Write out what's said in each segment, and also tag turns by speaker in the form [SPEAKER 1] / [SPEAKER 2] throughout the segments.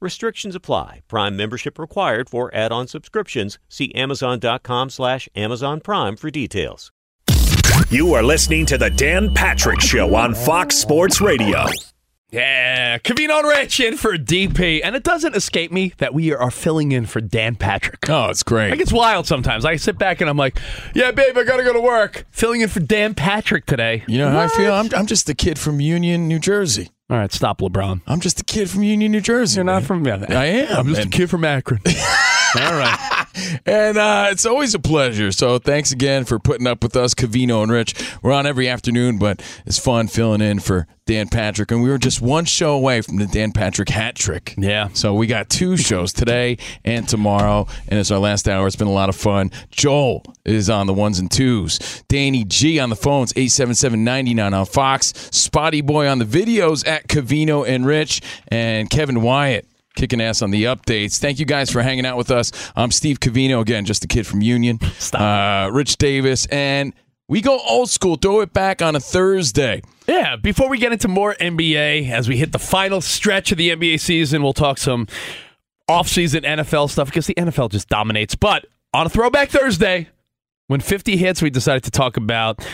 [SPEAKER 1] Restrictions apply. Prime membership required for add-on subscriptions. See Amazon.com slash Amazon Prime for details.
[SPEAKER 2] You are listening to the Dan Patrick Show on Fox Sports Radio.
[SPEAKER 3] Yeah, Kavino Rich in for DP, and it doesn't escape me that we are filling in for Dan Patrick.
[SPEAKER 4] Oh, it's great.
[SPEAKER 3] Like it's wild sometimes. I sit back and I'm like, "Yeah, babe, I gotta go to work." Filling in for Dan Patrick today.
[SPEAKER 4] You know how I feel? I'm, I'm just a kid from Union, New Jersey.
[SPEAKER 3] All right, stop, LeBron.
[SPEAKER 4] I'm just a kid from Union, New Jersey.
[SPEAKER 3] You're not
[SPEAKER 4] man.
[SPEAKER 3] from yeah,
[SPEAKER 4] I am.
[SPEAKER 3] I'm just a
[SPEAKER 4] and,
[SPEAKER 3] kid from Akron. All right.
[SPEAKER 4] And uh, it's always a pleasure. So thanks again for putting up with us, Cavino and Rich. We're on every afternoon, but it's fun filling in for Dan Patrick. And we were just one show away from the Dan Patrick hat trick.
[SPEAKER 3] Yeah.
[SPEAKER 4] So we got two shows today and tomorrow. And it's our last hour. It's been a lot of fun. Joel is on the ones and twos. Danny G on the phones, 877-99 on Fox. Spotty Boy on the videos at Cavino and Rich. And Kevin Wyatt kicking ass on the updates. Thank you guys for hanging out with us. I'm Steve Cavino again, just a kid from Union.
[SPEAKER 3] Stop.
[SPEAKER 4] Uh, Rich Davis, and we go old school. Throw it back on a Thursday.
[SPEAKER 3] Yeah, before we get into more NBA, as we hit the final stretch of the NBA season, we'll talk some offseason NFL stuff because the NFL just dominates. But on a throwback Thursday, when 50 hits, we decided to talk about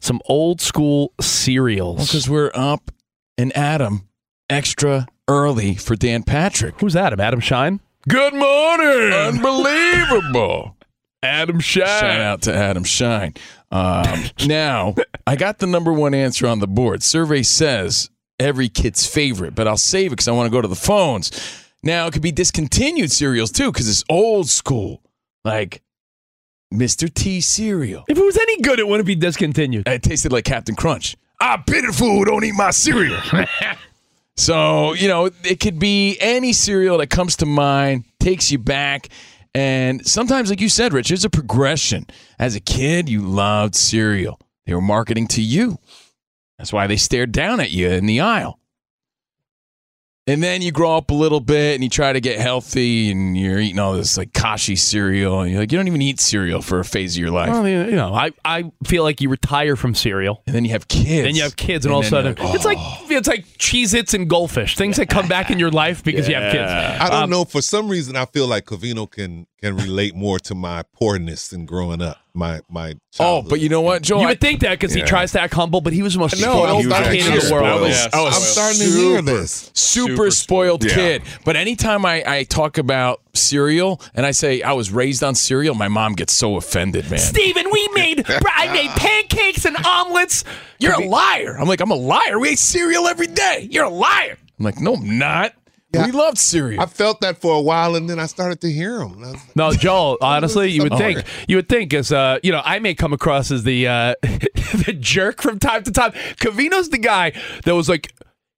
[SPEAKER 3] some old school cereals.
[SPEAKER 4] Because we're up and Adam extra early for Dan Patrick.
[SPEAKER 3] Who's Adam? Adam Shine?
[SPEAKER 4] Good morning. Unbelievable.
[SPEAKER 3] Adam Shine.
[SPEAKER 4] Shout out to Adam Shine. Um, now, I got the number one answer on the board. Survey says every kid's favorite, but I'll save it because I want to go to the phones. Now, it could be discontinued cereals too because it's old school, like Mr. T cereal.
[SPEAKER 3] If it was any good, it wouldn't be discontinued.
[SPEAKER 4] It tasted like Captain Crunch. I bitter fool don't eat my cereal. so, you know, it could be any cereal that comes to mind, takes you back. And sometimes, like you said, Rich, there's a progression. As a kid, you loved cereal. They were marketing to you. That's why they stared down at you in the aisle. And then you grow up a little bit and you try to get healthy and you're eating all this like kashi cereal. And you're like, you don't even eat cereal for a phase of your life.
[SPEAKER 3] Well, you know, I, I feel like you retire from cereal.
[SPEAKER 4] And then you have kids.
[SPEAKER 3] Then you have kids, and, all of a sudden,
[SPEAKER 4] then you're like,
[SPEAKER 3] it's like
[SPEAKER 4] "Oh."
[SPEAKER 3] it's like Cheez-Its and Goldfish, things that come back in your life because you have kids. Um,
[SPEAKER 5] I don't know. For some reason, I feel like Covino can can relate more to my poorness and growing up. My my.
[SPEAKER 4] Oh,
[SPEAKER 5] Childhood.
[SPEAKER 4] but you know what, Joel?
[SPEAKER 3] You
[SPEAKER 4] I-
[SPEAKER 3] would think that because he
[SPEAKER 5] Yeah.
[SPEAKER 3] tries to act humble, but he was the most
[SPEAKER 5] No, I
[SPEAKER 3] spoiled
[SPEAKER 5] was
[SPEAKER 3] kid in the
[SPEAKER 5] actually
[SPEAKER 3] world.
[SPEAKER 4] I was, I was
[SPEAKER 5] I'm starting to hear this.
[SPEAKER 4] super spoiled
[SPEAKER 5] spoiled.
[SPEAKER 4] kid. But anytime I, I talk about cereal and I say I was raised on cereal, my mom gets so offended, man.
[SPEAKER 3] Steven, we made I made pancakes and omelets.
[SPEAKER 4] You're a liar. I'm like, I'm a liar. We ate cereal every day. You're a liar. I'm like, no, I'm not.
[SPEAKER 5] Yeah.
[SPEAKER 4] We loved cereal.
[SPEAKER 5] I felt that for a while, and then I started to hear him. And I was like,
[SPEAKER 3] No, Joel. Honestly, you would
[SPEAKER 4] Oh.
[SPEAKER 3] think you would think as uh, you know, I may come across as the uh, the jerk from time to time. Cavino's the guy that was like,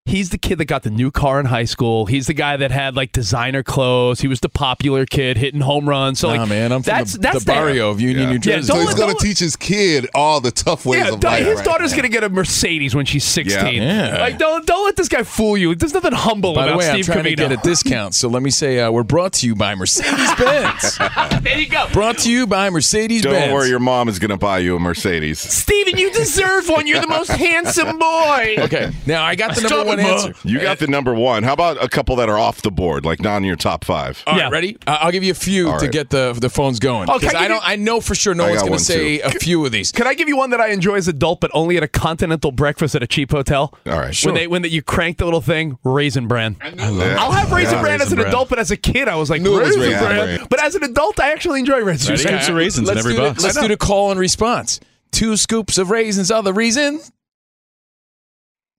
[SPEAKER 3] He's the kid that got the new car in high school. He's the guy that had like designer clothes. He was the popular kid hitting home runs. So
[SPEAKER 4] nah,
[SPEAKER 3] like,
[SPEAKER 4] man, I'm from
[SPEAKER 3] that's
[SPEAKER 4] the,
[SPEAKER 3] that's
[SPEAKER 4] the barrio of Union,
[SPEAKER 5] Yeah.
[SPEAKER 4] New
[SPEAKER 5] Yeah,
[SPEAKER 4] Jersey.
[SPEAKER 5] So
[SPEAKER 3] don't
[SPEAKER 5] he's
[SPEAKER 3] let-
[SPEAKER 5] going
[SPEAKER 3] don't-
[SPEAKER 5] to teach his kid all the tough ways
[SPEAKER 3] Yeah,
[SPEAKER 5] of
[SPEAKER 3] da-
[SPEAKER 5] life.
[SPEAKER 3] his
[SPEAKER 5] right?
[SPEAKER 3] daughter's gonna get a Mercedes when she's sixteen.
[SPEAKER 4] Yeah. Yeah.
[SPEAKER 3] Like, don't don't let this guy fool you. There's nothing humble
[SPEAKER 4] By the
[SPEAKER 3] about
[SPEAKER 4] way, I'm
[SPEAKER 3] Steve
[SPEAKER 4] trying to
[SPEAKER 3] Covino.
[SPEAKER 4] get a discount, so let me say uh, we're brought to you by Mercedes Benz.
[SPEAKER 3] there you go,
[SPEAKER 4] brought to you by Mercedes
[SPEAKER 6] Don't
[SPEAKER 4] Benz.
[SPEAKER 6] worry, your mom is going to buy you a Mercedes.
[SPEAKER 3] Steven, you deserve one. You're the most handsome boy.
[SPEAKER 4] Okay, now I got the number
[SPEAKER 3] Stop
[SPEAKER 4] one
[SPEAKER 3] it, Ma.
[SPEAKER 4] answer.
[SPEAKER 6] You got the number one. How about a couple that are off the board, like not in your top five?
[SPEAKER 4] All right,
[SPEAKER 3] Yeah.
[SPEAKER 4] ready? I- I'll give you a few
[SPEAKER 6] All
[SPEAKER 4] to
[SPEAKER 6] right.
[SPEAKER 4] get the the phones going.
[SPEAKER 3] Oh, can I
[SPEAKER 4] 'Cause
[SPEAKER 3] give
[SPEAKER 4] I
[SPEAKER 3] you-
[SPEAKER 4] don't. I know for sure no
[SPEAKER 6] I
[SPEAKER 4] one's
[SPEAKER 6] got
[SPEAKER 4] going
[SPEAKER 6] one,
[SPEAKER 4] to say a few of these.
[SPEAKER 3] Can I give you one that I enjoy as adult, but only at a continental breakfast at a cheap hotel?
[SPEAKER 6] All right,
[SPEAKER 3] When they when that you crank the little thing, raisin bran.
[SPEAKER 6] Yeah.
[SPEAKER 3] I'll have raisin
[SPEAKER 4] Yeah,
[SPEAKER 3] bran as
[SPEAKER 4] Raisin
[SPEAKER 3] an
[SPEAKER 4] Bran.
[SPEAKER 3] adult, but as a kid, I was like
[SPEAKER 5] Knew it was
[SPEAKER 3] raisin
[SPEAKER 5] Raisin
[SPEAKER 3] bran.
[SPEAKER 5] Bran.
[SPEAKER 3] But as an adult, I actually enjoy raisin
[SPEAKER 4] Ready?
[SPEAKER 3] bran.
[SPEAKER 4] Okay, I- let's do the- Let's do the call and response. Two scoops of raisins are the reason.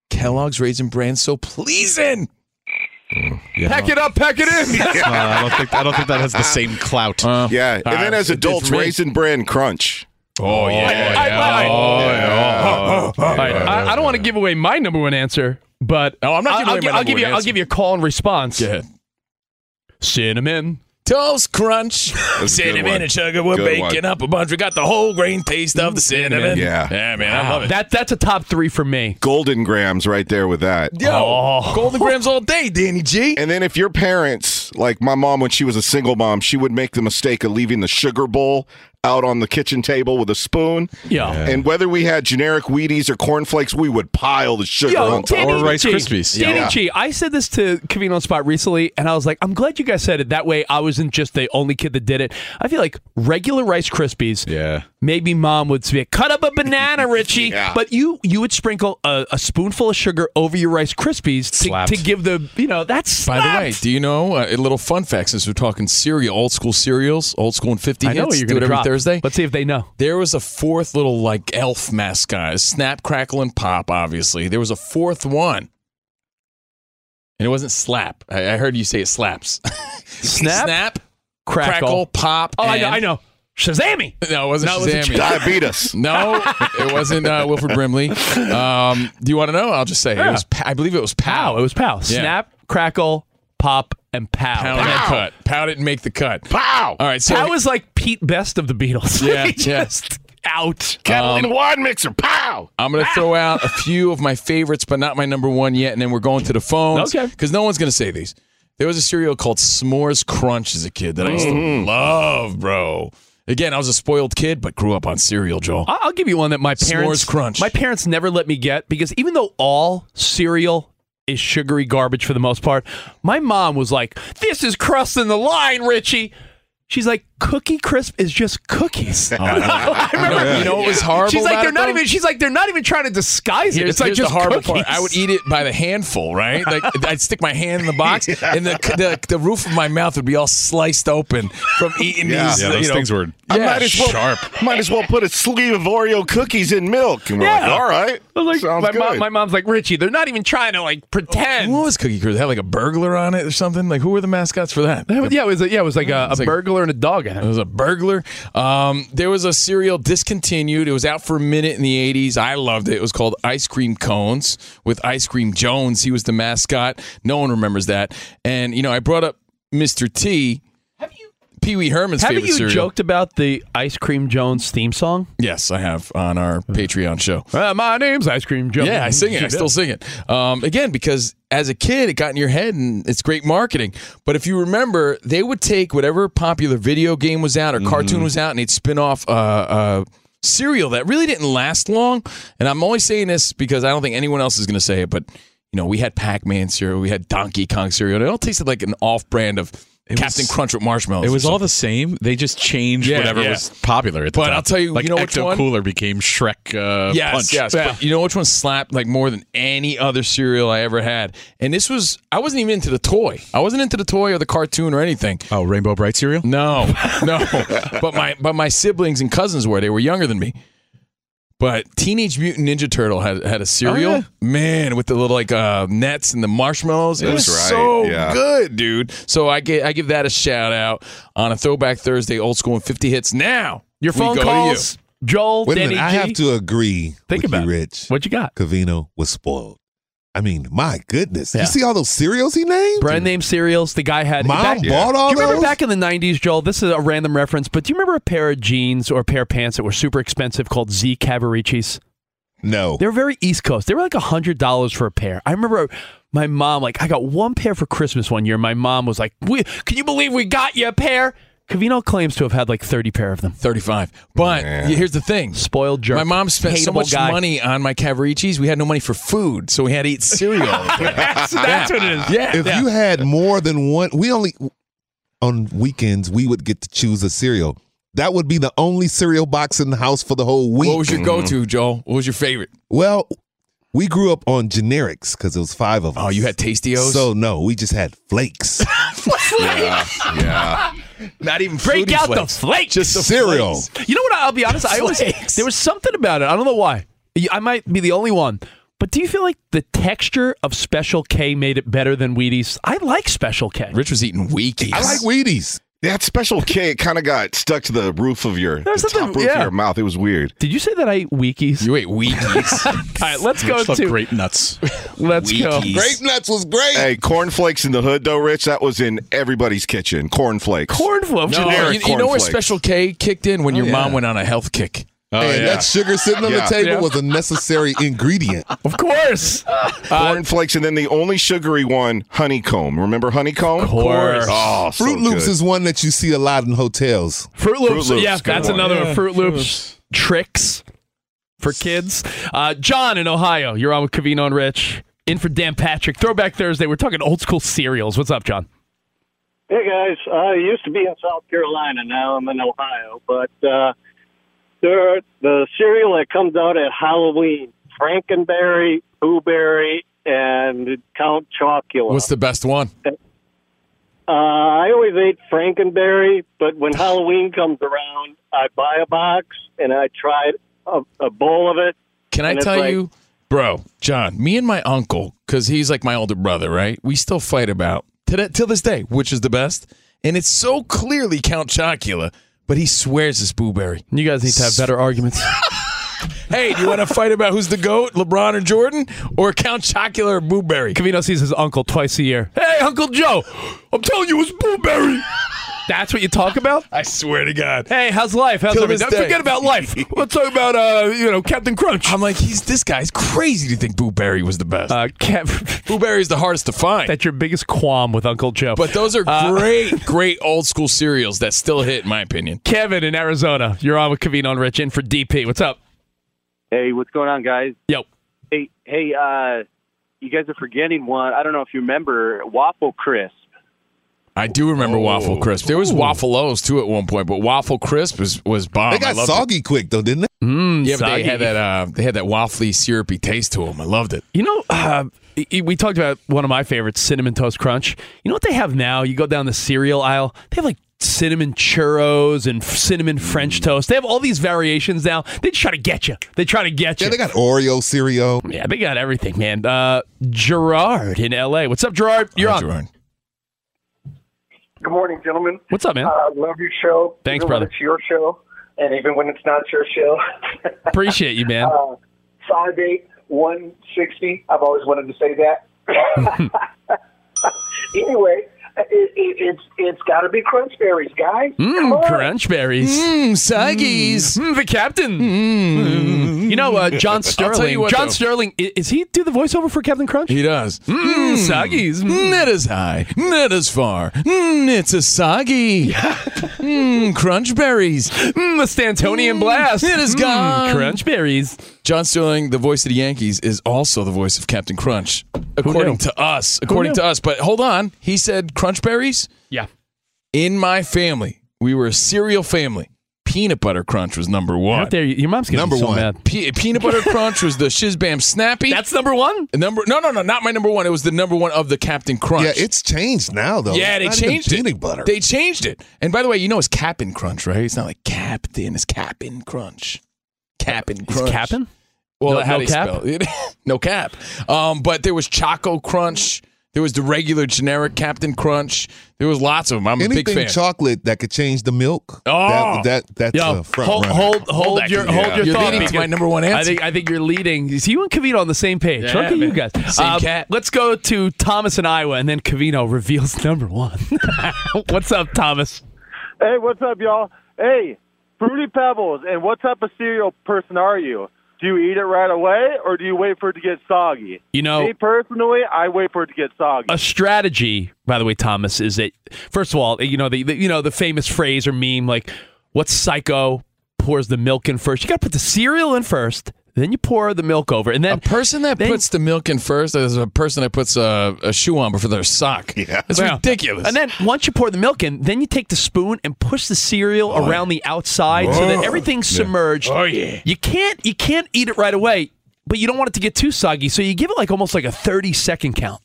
[SPEAKER 4] Kellogg's raisin brand so pleasing.
[SPEAKER 3] Pack it up, pack it in.
[SPEAKER 7] I don't think I don't think that has the same clout.
[SPEAKER 6] Yeah. And then as
[SPEAKER 4] Uh, it did
[SPEAKER 6] adults,
[SPEAKER 4] for me.
[SPEAKER 6] Raisin Bran Crunch.
[SPEAKER 4] Oh yeah.
[SPEAKER 3] I- I- I-
[SPEAKER 4] Oh, yeah.
[SPEAKER 3] All right, I, I don't want to give away my number one answer, but
[SPEAKER 4] No, Oh, I'm not giving
[SPEAKER 3] I'll,
[SPEAKER 4] away
[SPEAKER 3] gi-
[SPEAKER 4] my
[SPEAKER 3] I'll
[SPEAKER 4] number
[SPEAKER 3] give
[SPEAKER 4] one
[SPEAKER 3] you. I'll
[SPEAKER 4] answer.
[SPEAKER 3] give you a call and response.
[SPEAKER 4] Go ahead.
[SPEAKER 3] Cinnamon.
[SPEAKER 4] Toast crunch,
[SPEAKER 6] good
[SPEAKER 4] cinnamon
[SPEAKER 6] one.
[SPEAKER 4] and sugar. We're
[SPEAKER 6] Good one.
[SPEAKER 4] baking up a bunch. We got the whole grain taste of the cinnamon.
[SPEAKER 6] Yeah.
[SPEAKER 4] yeah, man, I love it.
[SPEAKER 3] That that's a top three for me.
[SPEAKER 6] Golden grams right there with that.
[SPEAKER 4] Yo,
[SPEAKER 3] Oh.
[SPEAKER 4] golden grams all day, Danny G.
[SPEAKER 6] And then if your parents, like my mom when she was a single mom, she would make the mistake of leaving the sugar bowl out on the kitchen table with a spoon.
[SPEAKER 3] Yeah.
[SPEAKER 6] And whether we had generic Wheaties or cornflakes, we would pile the sugar on top.
[SPEAKER 7] Or Rice Krispies.
[SPEAKER 3] Danny
[SPEAKER 6] Yeah.
[SPEAKER 3] Chi, I said this to Kavino on Spot recently, and I was like, I'm glad you guys said it. That way I wasn't just the only kid that did it. I feel like regular Rice Krispies,
[SPEAKER 7] Yeah.
[SPEAKER 3] maybe mom would say, cut up a banana, Richie. But you you would sprinkle a, a spoonful of sugar over your Rice Krispies
[SPEAKER 7] Slapped.
[SPEAKER 3] to, to give the, you know, that's
[SPEAKER 4] By the way,
[SPEAKER 3] slapped.
[SPEAKER 4] do you know uh, a little fun fact since we're talking cereal, old school cereals, old school and 50
[SPEAKER 3] I know what
[SPEAKER 4] hits,
[SPEAKER 3] you're
[SPEAKER 4] do
[SPEAKER 3] going
[SPEAKER 4] it
[SPEAKER 3] to
[SPEAKER 4] every
[SPEAKER 3] drop.
[SPEAKER 4] Thursday?
[SPEAKER 3] Let's see if they know.
[SPEAKER 4] There was a fourth little like elf mascot, Snap, Crackle, and Pop. Obviously, there was a fourth one, and it wasn't Slap. I, I heard you say it slaps.
[SPEAKER 3] Snap,
[SPEAKER 4] Snap,
[SPEAKER 3] crackle.
[SPEAKER 4] Pop.
[SPEAKER 3] Oh, I know,
[SPEAKER 4] and-
[SPEAKER 3] I know. Shazammy.
[SPEAKER 4] No, it wasn't
[SPEAKER 3] No, it wasn't
[SPEAKER 4] Shazam.
[SPEAKER 6] Diabetes.
[SPEAKER 4] No, it wasn't uh, Wilfred Brimley. Um, do you want to know? I'll just say it
[SPEAKER 3] Yeah.
[SPEAKER 4] was. Pa- I believe it was Pow.
[SPEAKER 3] Pow. It was pow.
[SPEAKER 4] Yeah.
[SPEAKER 3] Snap, crackle, pop, and pow.
[SPEAKER 4] Pound
[SPEAKER 3] Pow.
[SPEAKER 4] that cut. Pound it and make the cut.
[SPEAKER 6] Pow!
[SPEAKER 4] All right, so
[SPEAKER 3] Pow is like Pete Best of the Beatles.
[SPEAKER 4] Yeah,
[SPEAKER 3] He
[SPEAKER 4] yeah. Um,
[SPEAKER 3] just out.
[SPEAKER 6] Kettle and wine mixer. Pow!
[SPEAKER 4] I'm going to throw out a few of my favorites, but not my number one yet. And then we're going to the phones.
[SPEAKER 3] Okay.
[SPEAKER 4] Because no one's going to say these. There was a cereal called S'mores Crunch as a kid that I used to love, bro. Again, I was a spoiled kid, but grew up on cereal, Joel.
[SPEAKER 3] I- I'll give you one that my parents
[SPEAKER 4] S'mores crunch.
[SPEAKER 3] My parents never let me get because even though all cereal is sugary garbage for the most part, my mom was like, "This is crossing the line, Richie." She's like, "Cookie crisp is just cookies." I remember.
[SPEAKER 4] You know what was horrible
[SPEAKER 3] She's like,
[SPEAKER 4] about
[SPEAKER 3] "They're
[SPEAKER 4] it,
[SPEAKER 3] not
[SPEAKER 4] though?
[SPEAKER 3] even." She's like, "They're not even trying to disguise it.
[SPEAKER 4] Here's,
[SPEAKER 3] it's like
[SPEAKER 4] here's
[SPEAKER 3] just
[SPEAKER 4] the horrible
[SPEAKER 3] cookies."
[SPEAKER 4] part. I would eat it by the handful, right? Like I'd stick my hand in the box, and the, the the roof of my mouth would be all sliced open from eating
[SPEAKER 6] Yeah.
[SPEAKER 4] these.
[SPEAKER 7] Yeah,
[SPEAKER 4] you
[SPEAKER 7] those
[SPEAKER 4] know,
[SPEAKER 7] things were
[SPEAKER 6] I might as well,
[SPEAKER 7] sharp.
[SPEAKER 6] Might as well put a sleeve of Oreo cookies in milk. And we're
[SPEAKER 3] Yeah.
[SPEAKER 6] like, all right.
[SPEAKER 3] I was like,
[SPEAKER 6] sounds
[SPEAKER 3] my,
[SPEAKER 6] good.
[SPEAKER 3] mom, my mom's like, "Richie, they're not even trying to like pretend."
[SPEAKER 4] What was Cookie Cruise? They had like a burglar on it or something. Like who were the mascots for that?
[SPEAKER 3] That was- yeah, it was. A, yeah, it was like a, a
[SPEAKER 4] like-
[SPEAKER 3] burglar and a dog. I
[SPEAKER 4] It
[SPEAKER 3] think.
[SPEAKER 4] was a burglar. Um, there was a cereal discontinued. It was out for a minute in the 80s. I loved it. It was called Ice Cream Cones with Ice Cream Jones. He was the mascot. No one remembers that. And, you know, I brought up Mr. T. Pee Wee Herman's
[SPEAKER 3] Haven't
[SPEAKER 4] favorite
[SPEAKER 3] you
[SPEAKER 4] cereal.
[SPEAKER 3] joked about the Ice Cream Jones theme song?
[SPEAKER 4] Yes, I have on our Patreon show.
[SPEAKER 3] Uh, my name's Ice Cream Jones.
[SPEAKER 4] Yeah, I sing it. I still sing it. Um, again, because as a kid, it got in your head and it's great marketing. But if you remember, they would take whatever popular video game was out or
[SPEAKER 3] Mm-hmm.
[SPEAKER 4] cartoon was out and they'd spin off a uh, uh, cereal that really didn't last long. And I'm only saying this because I don't think anyone else is going to say it, but. You know, we had Pac-Man cereal, we had Donkey Kong cereal, and it all tasted like an off-brand of Captain
[SPEAKER 7] was-
[SPEAKER 4] Crunch with marshmallows.
[SPEAKER 7] It was
[SPEAKER 4] or
[SPEAKER 7] all
[SPEAKER 4] something.
[SPEAKER 7] the same. They just changed
[SPEAKER 4] Yeah,
[SPEAKER 7] whatever
[SPEAKER 4] yeah.
[SPEAKER 7] was popular at the
[SPEAKER 4] But
[SPEAKER 7] time.
[SPEAKER 4] I'll tell you,
[SPEAKER 7] like
[SPEAKER 4] you know which
[SPEAKER 7] Ecto
[SPEAKER 4] one?
[SPEAKER 7] Cooler became Shrek uh,
[SPEAKER 4] yes,
[SPEAKER 7] Punch.
[SPEAKER 4] Yes, But you know which one slapped like more than any other cereal I ever had? And this was I wasn't even into the toy. I wasn't into the toy or the cartoon or anything.
[SPEAKER 7] Oh, Rainbow Bright cereal.
[SPEAKER 4] No, no. but my but my siblings and cousins were. They were younger than me. But Teenage Mutant Ninja Turtle had had a cereal,
[SPEAKER 7] yeah?
[SPEAKER 4] man, with the little like uh, nets and the marshmallows. It was
[SPEAKER 6] That's right,
[SPEAKER 4] so
[SPEAKER 6] yeah.
[SPEAKER 4] good, dude. So I get I give that a shout out on a Throwback Thursday, old school and fifty hits. Now
[SPEAKER 3] Your
[SPEAKER 4] we
[SPEAKER 3] phone
[SPEAKER 4] go to
[SPEAKER 3] calls, Joel,
[SPEAKER 5] Wait a
[SPEAKER 3] Danny
[SPEAKER 5] minute. I
[SPEAKER 3] G.
[SPEAKER 5] have to agree
[SPEAKER 3] Think
[SPEAKER 5] with
[SPEAKER 3] about
[SPEAKER 5] you,
[SPEAKER 3] it.
[SPEAKER 5] Rich.
[SPEAKER 3] What you got?
[SPEAKER 5] Cavino was spoiled. I mean, my goodness. You see all those cereals he named?
[SPEAKER 3] Brand name cereals. The guy had.
[SPEAKER 5] Mom
[SPEAKER 3] back-
[SPEAKER 5] bought all
[SPEAKER 3] Do you remember
[SPEAKER 5] those?
[SPEAKER 3] back in the '90s, Joel? This is a random reference, but do you remember a pair of jeans or a pair of pants that were super expensive called Z Cavaricis?
[SPEAKER 5] No,
[SPEAKER 3] they were very East Coast. They were like hundred dollars for a pair. I remember my mom like I got one pair for Christmas one year. My mom was like, we, "Can you believe we got you a pair?" Cavino claims to have had like thirty pair of them.
[SPEAKER 4] Thirty-five. But here's the thing:
[SPEAKER 3] spoiled jerk.
[SPEAKER 4] My mom spent so
[SPEAKER 3] Hateable
[SPEAKER 4] much
[SPEAKER 3] guy.
[SPEAKER 4] money on my Cavaricis. We had no money for food, so we had to eat cereal. all the time.
[SPEAKER 3] Yes, that's what it is.
[SPEAKER 4] Yeah.
[SPEAKER 5] If
[SPEAKER 4] yeah.
[SPEAKER 5] you had more than one, we only on weekends we would get to choose a cereal. That would be the only cereal box in the house for the whole week.
[SPEAKER 4] what was
[SPEAKER 3] Mm-hmm.
[SPEAKER 4] your go-to, Joel? What was your favorite?
[SPEAKER 5] Well, we grew up on generics because it was five of us.
[SPEAKER 4] Oh, you had Tasty-O's?
[SPEAKER 5] So no, we just had flakes.
[SPEAKER 6] Yeah, yeah.
[SPEAKER 4] Not even
[SPEAKER 3] Break
[SPEAKER 4] Fruity
[SPEAKER 3] out
[SPEAKER 4] Flakes.
[SPEAKER 3] the flakes.
[SPEAKER 5] just cereal.
[SPEAKER 3] You know what? I'll be honest. I always
[SPEAKER 4] Flakes.
[SPEAKER 3] there was something about it. I don't know why. I might be the only one. But do you feel like the texture of Special K made it better than Wheaties? I like Special K.
[SPEAKER 4] Rich was eating Wheaties.
[SPEAKER 5] I like Wheaties.
[SPEAKER 6] That special K kind of got stuck to the roof of your
[SPEAKER 3] There's
[SPEAKER 6] the
[SPEAKER 3] something-
[SPEAKER 6] top roof
[SPEAKER 3] yeah.
[SPEAKER 6] of your mouth. It was weird.
[SPEAKER 3] Did you say that I ate Wheaties?
[SPEAKER 4] You ate Wheaties.
[SPEAKER 3] All right, let's go
[SPEAKER 7] Rich loved
[SPEAKER 3] to
[SPEAKER 7] grape nuts.
[SPEAKER 3] let's go.
[SPEAKER 4] Wheaties.
[SPEAKER 5] Grape nuts was great.
[SPEAKER 6] Hey, cornflakes in the hood though, Rich. That was in everybody's kitchen. Cornflakes.
[SPEAKER 3] Cornflakes. Oh,
[SPEAKER 4] no, you,
[SPEAKER 6] Generic
[SPEAKER 4] you know where
[SPEAKER 6] cornflakes.
[SPEAKER 4] Special K kicked in
[SPEAKER 6] Oh,
[SPEAKER 4] when your mom went on a health kick.
[SPEAKER 7] Oh,
[SPEAKER 5] and
[SPEAKER 7] yeah.
[SPEAKER 5] that sugar sitting on
[SPEAKER 6] Yeah.
[SPEAKER 5] the table
[SPEAKER 3] Yeah.
[SPEAKER 5] was a necessary ingredient.
[SPEAKER 3] Of course. Uh,
[SPEAKER 6] cornflakes, and then the only sugary one, honeycomb. Remember honeycomb? Of
[SPEAKER 3] course.
[SPEAKER 6] Oh, so
[SPEAKER 5] Fruit Loops
[SPEAKER 6] good.
[SPEAKER 5] is one that you see a lot in hotels.
[SPEAKER 3] Fruit Loops.
[SPEAKER 6] Fruit Loops,
[SPEAKER 3] yeah,
[SPEAKER 6] good
[SPEAKER 3] that's
[SPEAKER 6] one.
[SPEAKER 3] another one. Fruit Loops tricks for kids. Uh, John in Ohio, you're on with Cavino and Rich. In for Dan Patrick. Throwback Thursday. We're talking old school cereals. What's up, John?
[SPEAKER 8] Hey guys, I used to be in South Carolina. Now I'm in Ohio, but uh, there the cereal that comes out at Halloween: Frankenberry, Blueberry, and Count Chocula.
[SPEAKER 4] What's the best one?
[SPEAKER 8] uh, I always ate Frankenberry, but when Halloween comes around, I buy a box and I try a, a bowl of it.
[SPEAKER 4] Can I
[SPEAKER 8] And it's
[SPEAKER 4] tell
[SPEAKER 8] like-
[SPEAKER 4] you, bro, John? Me and my uncle, because he's like my older brother, right? We still fight about to the, till this day which is the best, and it's so clearly Count Chocula, but he swears it's Blueberry.
[SPEAKER 3] You guys need to have better arguments.
[SPEAKER 4] Hey, do you want to fight about who's the goat, LeBron or Jordan, or Count Chocula or Blueberry?
[SPEAKER 3] Cavino sees his uncle twice a year. Hey, Uncle Joe, I'm telling you, it's blueberry. That's what you talk about?
[SPEAKER 4] I swear to God.
[SPEAKER 3] Hey, how's life? How's
[SPEAKER 4] Till
[SPEAKER 3] everything?
[SPEAKER 4] this day.
[SPEAKER 3] Forget about life. Let's talk about uh, you know, Captain Crunch.
[SPEAKER 4] I'm like, he's this guy's crazy to think Blueberry was the best.
[SPEAKER 3] Uh, Cap-
[SPEAKER 4] Blueberry is the hardest to find.
[SPEAKER 3] That's your biggest Uh, qualm with Uncle Joe.
[SPEAKER 4] but those are great, great old school cereals that still hit, in my opinion.
[SPEAKER 3] Kevin in Arizona, you're on with Kavino and Rich in for DP. What's up?
[SPEAKER 8] Hey, what's going on, guys?
[SPEAKER 3] Yo.
[SPEAKER 8] Hey, hey, uh, you guys are forgetting one. I don't know if you remember Waffle Crisp.
[SPEAKER 4] I do
[SPEAKER 5] Oh.
[SPEAKER 4] remember Waffle Crisp. There was Waffle O's too at one point, but Waffle Crisp was was bomb.
[SPEAKER 5] They
[SPEAKER 4] I
[SPEAKER 5] got
[SPEAKER 4] loved
[SPEAKER 5] soggy quick though, didn't they?
[SPEAKER 4] It. Yeah, but they
[SPEAKER 3] Mm, soggy.
[SPEAKER 4] had that uh, they had that waffly syrupy taste to them. I loved it.
[SPEAKER 3] You know, uh, y- y- we talked about one of my favorites, Cinnamon Toast Crunch. You know what they have now? You go down the cereal aisle, they have like cinnamon churros and f- cinnamon
[SPEAKER 4] Mm.
[SPEAKER 3] French toast. They have all these variations now. They try to get you. They try to get you.
[SPEAKER 5] Yeah, they got Oreo cereal.
[SPEAKER 3] Yeah, they got everything, man. Uh, Gerard in L.A. What's up, Gerard? You're on.
[SPEAKER 4] That's right.
[SPEAKER 9] Good morning, gentlemen.
[SPEAKER 3] What's up, man?
[SPEAKER 9] Uh, love your show.
[SPEAKER 3] Thanks,
[SPEAKER 9] even
[SPEAKER 3] brother.
[SPEAKER 9] When it's your show, and even when it's not your show. Uh,
[SPEAKER 3] Appreciate you, man.
[SPEAKER 9] Five eight one sixty. I've always wanted to say that. anyway, it, it, it's it's got to be crunch berries, guys. Come
[SPEAKER 3] Mm,
[SPEAKER 9] on.
[SPEAKER 3] crunch berries.
[SPEAKER 4] Mm, soggies.
[SPEAKER 3] Mm, the captain. You know, uh, John Sterling.
[SPEAKER 4] tell you what,
[SPEAKER 3] John
[SPEAKER 4] though.
[SPEAKER 3] Sterling, i- is he do the voiceover for Captain Crunch?
[SPEAKER 4] He does. Hmm.
[SPEAKER 3] Mm, soggies. Mm.
[SPEAKER 4] Not as high, not as far. Mm, it's a soggy. Mm, crunch berries. Hmm,
[SPEAKER 3] Mm, the Stantonian blast. Hmm,
[SPEAKER 4] it is gone.
[SPEAKER 3] crunch berries.
[SPEAKER 4] John Sterling, the voice of the Yankees, is also the voice of Captain Crunch, according to us. According to us, but hold on, he said crunch berries.
[SPEAKER 3] Yeah.
[SPEAKER 4] In my family, we were a cereal family. Peanut butter crunch was number
[SPEAKER 3] How
[SPEAKER 4] one.
[SPEAKER 3] dare you? Your mom's gonna
[SPEAKER 5] Number
[SPEAKER 3] be so
[SPEAKER 5] one.
[SPEAKER 3] mad.
[SPEAKER 4] Pe- peanut butter crunch was the shiz bam snappy.
[SPEAKER 3] That's number one.
[SPEAKER 4] The number no no no not my number one. It was the number one of the Captain Crunch.
[SPEAKER 5] Yeah, it's changed now though.
[SPEAKER 4] yeah they
[SPEAKER 5] It's not even
[SPEAKER 4] changed it.
[SPEAKER 5] Peanut butter.
[SPEAKER 4] They changed it. And by the way, you know it's Cap'n Crunch, right? It's not like Captain. It's Cap'n Crunch. Cap'n
[SPEAKER 3] Is
[SPEAKER 4] Crunch.
[SPEAKER 3] Cap'n?
[SPEAKER 4] Well,
[SPEAKER 3] No- no
[SPEAKER 4] how do you
[SPEAKER 3] cap?
[SPEAKER 4] spell it? no cap. Um, but there was Choco Crunch. There was the regular generic Captain Crunch. There was lots of them. I'm a big
[SPEAKER 5] Anything
[SPEAKER 4] fan.
[SPEAKER 5] chocolate that could change the milk.
[SPEAKER 4] Oh!
[SPEAKER 5] that, that that's
[SPEAKER 3] Yo,
[SPEAKER 5] a front
[SPEAKER 3] hold,
[SPEAKER 5] runner.
[SPEAKER 3] hold, hold your, hold your
[SPEAKER 4] You're
[SPEAKER 3] thought.
[SPEAKER 4] leading to
[SPEAKER 3] because
[SPEAKER 4] my number one
[SPEAKER 3] I
[SPEAKER 4] answer.
[SPEAKER 3] think, I think you're leading. Is you and Cavino on the same page?
[SPEAKER 4] Yeah,
[SPEAKER 3] Look at you
[SPEAKER 4] man.
[SPEAKER 3] guys. Um,
[SPEAKER 4] Same
[SPEAKER 3] Let's go to Thomas in Iowa, and then Cavino reveals number one. What's up, Thomas?
[SPEAKER 10] Hey, what's up, y'all? Hey, Fruity Pebbles, and what type of cereal person are you? Do you eat it right away, or do you wait for it to get soggy?
[SPEAKER 3] You know-
[SPEAKER 10] me personally, I wait for it to get soggy.
[SPEAKER 3] A strategy, by the way, Thomas, is that first of all, you know the, the you know the famous phrase or meme like, "What psycho pours the milk in first? You got to put the cereal in first, then you pour the milk over, and then a
[SPEAKER 4] person that puts the milk in first is a person that puts uh, a, a shoe on before their sock. Yeah. That's
[SPEAKER 3] Wow.
[SPEAKER 4] ridiculous.
[SPEAKER 3] And then once you pour the milk in, then you take the spoon and push the cereal around the outside so that
[SPEAKER 4] Oh, Whoa.
[SPEAKER 3] everything's
[SPEAKER 4] Yeah.
[SPEAKER 3] submerged.
[SPEAKER 4] Oh, yeah.
[SPEAKER 3] You can't you can't eat it right away, but you don't want it to get too soggy, so you give it like almost like a 30 second count.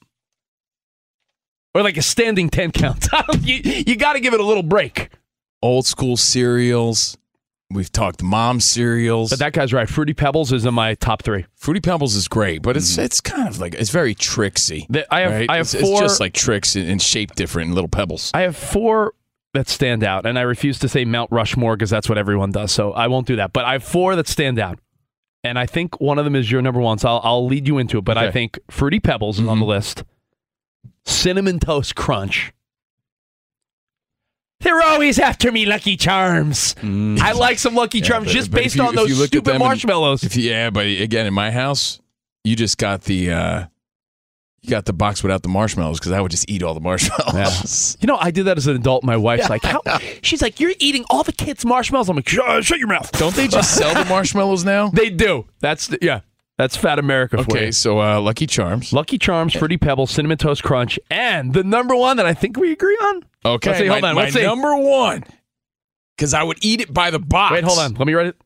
[SPEAKER 3] Or like a standing 10 count. you you got to give it a little break.
[SPEAKER 4] Old school cereals. We've talked mom cereals. But
[SPEAKER 3] that guy's right. Fruity Pebbles is in my top three.
[SPEAKER 4] Fruity Pebbles is great, but it's it's kind of like it's very tricksy.
[SPEAKER 3] I have- I have
[SPEAKER 4] it's, it's
[SPEAKER 3] four-
[SPEAKER 4] just like tricks and, and shape different and little pebbles.
[SPEAKER 3] I have four that stand out, and I refuse to say Mount Rushmore because that's what everyone does. So I won't do that. But I have four that stand out, and I think one of them is your number one. So I'll, I'll lead you into it. But I
[SPEAKER 7] Okay.
[SPEAKER 3] think Fruity Pebbles is on
[SPEAKER 4] Mm-hmm.
[SPEAKER 3] the list. Cinnamon Toast Crunch. They're always after me, Lucky Charms. I like some Lucky
[SPEAKER 4] Mm. Yeah,
[SPEAKER 3] Charms
[SPEAKER 4] but-
[SPEAKER 3] just
[SPEAKER 4] but if
[SPEAKER 3] based
[SPEAKER 4] you-
[SPEAKER 3] on
[SPEAKER 4] if
[SPEAKER 3] those
[SPEAKER 4] you look at
[SPEAKER 3] stupid
[SPEAKER 4] them and-
[SPEAKER 3] marshmallows.
[SPEAKER 4] if you- yeah, but again, in my house, you just got the uh, you got the box without the marshmallows because I would just eat all the marshmallows.
[SPEAKER 3] You know, I did that as an adult. My wife's like, "How?" She's like, "You're eating all the kids' marshmallows." I'm like, "Shut shut your mouth!"
[SPEAKER 4] Don't they just sell the marshmallows now?
[SPEAKER 3] They do. That's the, yeah. That's Fat America for
[SPEAKER 4] Okay,
[SPEAKER 3] you.
[SPEAKER 4] so uh, Lucky Charms.
[SPEAKER 3] Lucky Charms, Fruity Pebbles, Cinnamon Toast Crunch, and the number one that I think we agree on.
[SPEAKER 4] Okay,
[SPEAKER 3] Let's see, hold
[SPEAKER 4] my,
[SPEAKER 3] on.
[SPEAKER 4] my
[SPEAKER 3] Let's see.
[SPEAKER 4] number one because I would eat it by the box.
[SPEAKER 3] Wait, hold on. Let me write it.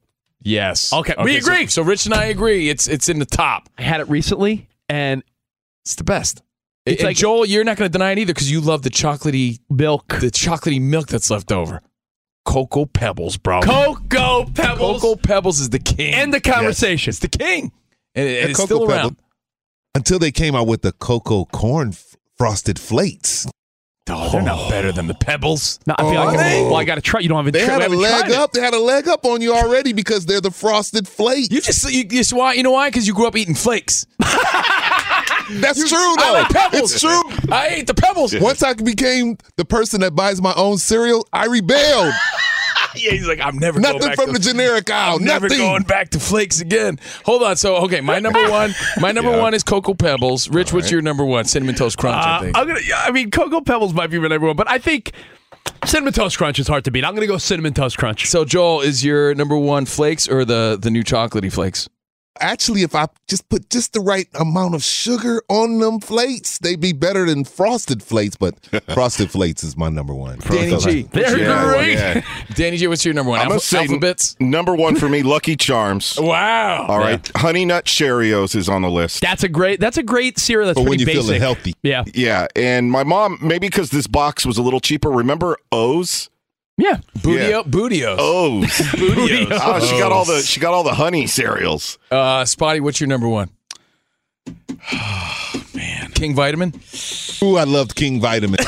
[SPEAKER 4] Yes.
[SPEAKER 3] Okay, we
[SPEAKER 4] so-
[SPEAKER 3] agree.
[SPEAKER 4] So, Rich and I agree. It's it's in the top.
[SPEAKER 3] I had it recently, and
[SPEAKER 4] it's the best.
[SPEAKER 3] It's
[SPEAKER 4] and
[SPEAKER 3] like-
[SPEAKER 4] Joel, you're not going to deny it either because you love the chocolatey
[SPEAKER 3] milk,
[SPEAKER 4] the chocolatey milk that's left over. Cocoa Pebbles, bro.
[SPEAKER 3] Cocoa Pebbles.
[SPEAKER 4] Cocoa Pebbles is the king.
[SPEAKER 3] End the conversation.
[SPEAKER 4] It's the king, and it-
[SPEAKER 5] That
[SPEAKER 4] it's
[SPEAKER 5] Cocoa
[SPEAKER 4] still
[SPEAKER 5] Pebble-
[SPEAKER 4] around.
[SPEAKER 5] until they came out with the cocoa corn f- frosted flakes.
[SPEAKER 4] Oh, they're not better than the Pebbles.
[SPEAKER 3] No, I feel like well, I got to try. You don't have a
[SPEAKER 5] Oh. They
[SPEAKER 3] tri-
[SPEAKER 5] had
[SPEAKER 3] we
[SPEAKER 5] a
[SPEAKER 3] haven't
[SPEAKER 5] leg
[SPEAKER 3] tried it.
[SPEAKER 5] up. They had a leg up on you already because they're the frosted flakes.
[SPEAKER 4] You just you, just why you know why? Because you grew up eating flakes.
[SPEAKER 5] That's true though.
[SPEAKER 4] I like Pebbles.
[SPEAKER 5] It's true.
[SPEAKER 4] I ate the Pebbles.
[SPEAKER 5] Once I became the person that buys my own cereal, I rebelled.
[SPEAKER 4] yeah, he's like, I'm never
[SPEAKER 5] Nothing
[SPEAKER 4] going back
[SPEAKER 5] from
[SPEAKER 4] to,
[SPEAKER 5] the generic aisle.
[SPEAKER 4] I'm never
[SPEAKER 5] Nothing.
[SPEAKER 4] going back to flakes again. Hold on. So okay, my number one, my number
[SPEAKER 5] Yeah.
[SPEAKER 4] one is Cocoa Pebbles. Rich, what's your number one? Cinnamon Toast Crunch. I
[SPEAKER 3] Uh,
[SPEAKER 4] think.
[SPEAKER 3] I'm gonna. yeah, I mean, Cocoa Pebbles might be with everyone, but I think Cinnamon Toast Crunch is hard to beat. I'm gonna go Cinnamon Toast Crunch.
[SPEAKER 4] So Joel, is your number one flakes or the the new chocolatey flakes?
[SPEAKER 5] Actually, if I just put just the right amount of sugar on them flakes, they'd be better than frosted flakes. But frosted flakes is my number one.
[SPEAKER 4] Danny
[SPEAKER 5] Frosted
[SPEAKER 4] G.
[SPEAKER 5] Flakes.
[SPEAKER 4] what's your number one?
[SPEAKER 6] yeah.
[SPEAKER 4] Danny G, what's your number one?
[SPEAKER 6] I'm
[SPEAKER 4] Alpha-
[SPEAKER 6] gonna say
[SPEAKER 4] alphabets.
[SPEAKER 6] number one for me, Lucky Charms.
[SPEAKER 4] Wow.
[SPEAKER 6] All right, Honey Nut Cheerios is on the list.
[SPEAKER 3] That's a great. That's a great cereal. That's
[SPEAKER 5] For when
[SPEAKER 3] pretty
[SPEAKER 5] you're
[SPEAKER 3] basic.
[SPEAKER 5] feeling healthy.
[SPEAKER 3] Yeah.
[SPEAKER 6] Yeah, and my mom maybe because this box was a little cheaper. Remember O's?
[SPEAKER 3] Yeah.
[SPEAKER 4] Bootio, Bootios.
[SPEAKER 6] O's.
[SPEAKER 4] Bootios.
[SPEAKER 6] Oh, she got all the she got all the honey cereals.
[SPEAKER 4] Uh, Spotty, what's your number one? man, King Vitamin.
[SPEAKER 5] Ooh, I loved King Vitamin.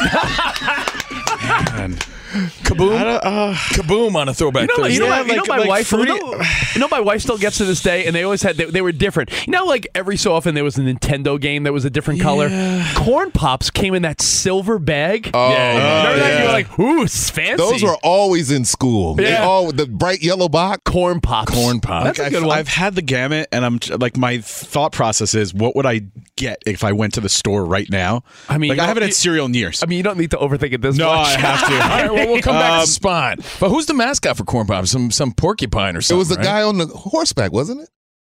[SPEAKER 4] Kaboom. Kaboom on a throwback
[SPEAKER 3] You know,
[SPEAKER 4] Thursday.
[SPEAKER 3] you know, my, you know
[SPEAKER 7] like-
[SPEAKER 3] my
[SPEAKER 7] like
[SPEAKER 3] wife.
[SPEAKER 7] fruity-
[SPEAKER 3] You know, you know my wife still gets to this day, and they always had they, they were different. You know, like every so often there was a Nintendo game that was a different color. Corn pops came in that silver bag.
[SPEAKER 5] Oh,
[SPEAKER 3] remember that? You were
[SPEAKER 5] yeah.
[SPEAKER 3] like, ooh, it's fancy.
[SPEAKER 5] Those were always in school. They
[SPEAKER 3] Yeah.
[SPEAKER 5] all the bright yellow box.
[SPEAKER 3] corn pops.
[SPEAKER 7] Corn pop.
[SPEAKER 3] That's a
[SPEAKER 7] I've,
[SPEAKER 3] good one.
[SPEAKER 7] I've had the gamut, and I'm like, my thought process is, what would I get if I went to the store right now?
[SPEAKER 3] I mean,
[SPEAKER 7] like,
[SPEAKER 3] you
[SPEAKER 7] I haven't
[SPEAKER 3] don't-
[SPEAKER 7] had cereal in years.
[SPEAKER 3] I mean, you don't need to overthink it this
[SPEAKER 7] no,
[SPEAKER 3] much.
[SPEAKER 7] I have to.
[SPEAKER 4] All right, well, we'll come back
[SPEAKER 7] Um,
[SPEAKER 4] to Spot. But who's the mascot for Corn Pop? Some some porcupine or
[SPEAKER 5] It
[SPEAKER 4] something.
[SPEAKER 5] was a
[SPEAKER 4] right?
[SPEAKER 5] guy on the horseback, wasn't it?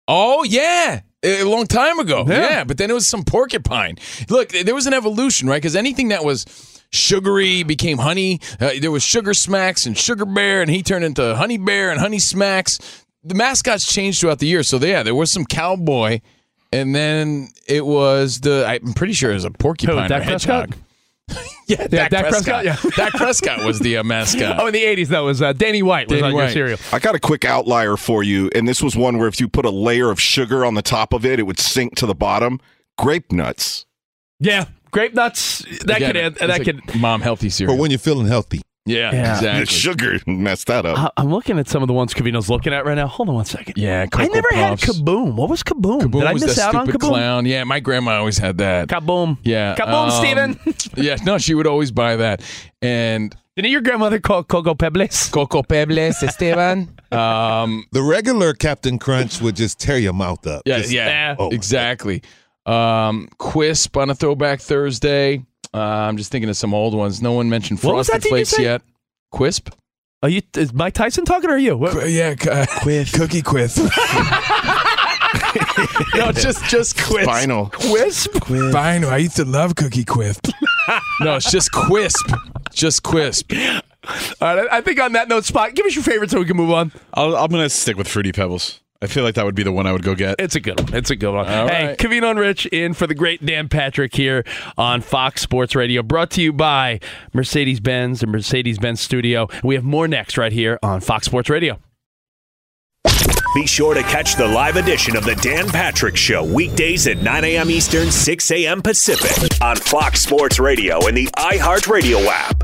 [SPEAKER 4] Oh yeah. A a long time ago,
[SPEAKER 3] Yeah.
[SPEAKER 4] yeah. But then it was some porcupine. Look, th- there was an evolution, right? Because anything that was sugary became honey. Uh, there was sugar smacks and sugar bear, and he turned into honey bear and honey smacks. The mascots changed throughout the year. So yeah, there was some cowboy, and then it was the. I'm pretty sure it was a porcupine or
[SPEAKER 3] Dak
[SPEAKER 4] a
[SPEAKER 3] Prescott?
[SPEAKER 4] hedgehog. yeah,
[SPEAKER 3] Yeah,
[SPEAKER 4] Dak,
[SPEAKER 3] Dak
[SPEAKER 4] Prescott.
[SPEAKER 3] Prescott, yeah.
[SPEAKER 4] Dak Prescott was the uh, mascot.
[SPEAKER 3] Oh, in the '80s, that was uh, Danny White was
[SPEAKER 4] Danny
[SPEAKER 3] on your
[SPEAKER 4] White.
[SPEAKER 3] cereal.
[SPEAKER 6] I got a quick outlier for you, and this was one where if you put a layer of sugar on the top of it, it would sink to the bottom. Grape nuts.
[SPEAKER 3] Yeah, grape nuts. That
[SPEAKER 4] Again,
[SPEAKER 3] could add,
[SPEAKER 4] it's
[SPEAKER 3] that
[SPEAKER 4] like
[SPEAKER 3] could.
[SPEAKER 4] mom healthy cereal.
[SPEAKER 5] But when you're feeling healthy.
[SPEAKER 4] Yeah,
[SPEAKER 3] Yeah.
[SPEAKER 4] exactly.
[SPEAKER 3] The sugar
[SPEAKER 6] messed that
[SPEAKER 3] I- I'm looking at some of the ones Cavino's looking at right now. Hold on one second.
[SPEAKER 4] Yeah,
[SPEAKER 3] I never had
[SPEAKER 4] Kaboom.
[SPEAKER 3] Kaboom. What was Kaboom? Did I
[SPEAKER 4] was
[SPEAKER 3] miss
[SPEAKER 4] that
[SPEAKER 3] out on
[SPEAKER 4] stupid
[SPEAKER 3] Kaboom?
[SPEAKER 4] clown. Yeah, my grandma always had that.
[SPEAKER 3] Kaboom.
[SPEAKER 4] Yeah. um,
[SPEAKER 3] Kaboom, Steven.
[SPEAKER 4] yeah, no, she would always buy that. And
[SPEAKER 3] didn't your grandmother call Coco Pebles?
[SPEAKER 4] Coco Pebles, Esteban. um,
[SPEAKER 5] the regular Captain Crunch would just tear your mouth up.
[SPEAKER 4] Yeah,
[SPEAKER 5] Just-
[SPEAKER 4] yeah,
[SPEAKER 5] Oh,
[SPEAKER 4] exactly. Um, Quisp on a Throwback Thursday. Uh, I'm just thinking of some old ones. No one mentioned
[SPEAKER 3] What was
[SPEAKER 4] Frosted
[SPEAKER 3] that, did you
[SPEAKER 4] Flakes
[SPEAKER 3] say?
[SPEAKER 4] yet. Quisp.
[SPEAKER 3] Are you? Is Mike Tyson talking or are you? What?
[SPEAKER 4] yeah, uh, Cookie Quisp. no, just just Quisp.
[SPEAKER 6] Spinal.
[SPEAKER 3] Quisp.
[SPEAKER 4] Spinal. I used to love Cookie Quisp. no, it's just Quisp. Just Quisp.
[SPEAKER 3] All right, I I think on that note, Spot, give us your favorite so we can move on.
[SPEAKER 7] I'll, I'm gonna stick with Fruity Pebbles. I feel like that would be the one I would go get.
[SPEAKER 3] It's a good one. It's a good one. hey, Kavino and Rich in for the great Dan Patrick here on Fox Sports Radio, brought to you by Mercedes Benz and Mercedes Benz Studio. We have more next right here on Fox Sports Radio.
[SPEAKER 2] Be sure to catch the live edition of The Dan Patrick Show weekdays at 9 a.m. Eastern, 6 a.m. Pacific on Fox Sports Radio and the iHeartRadio app.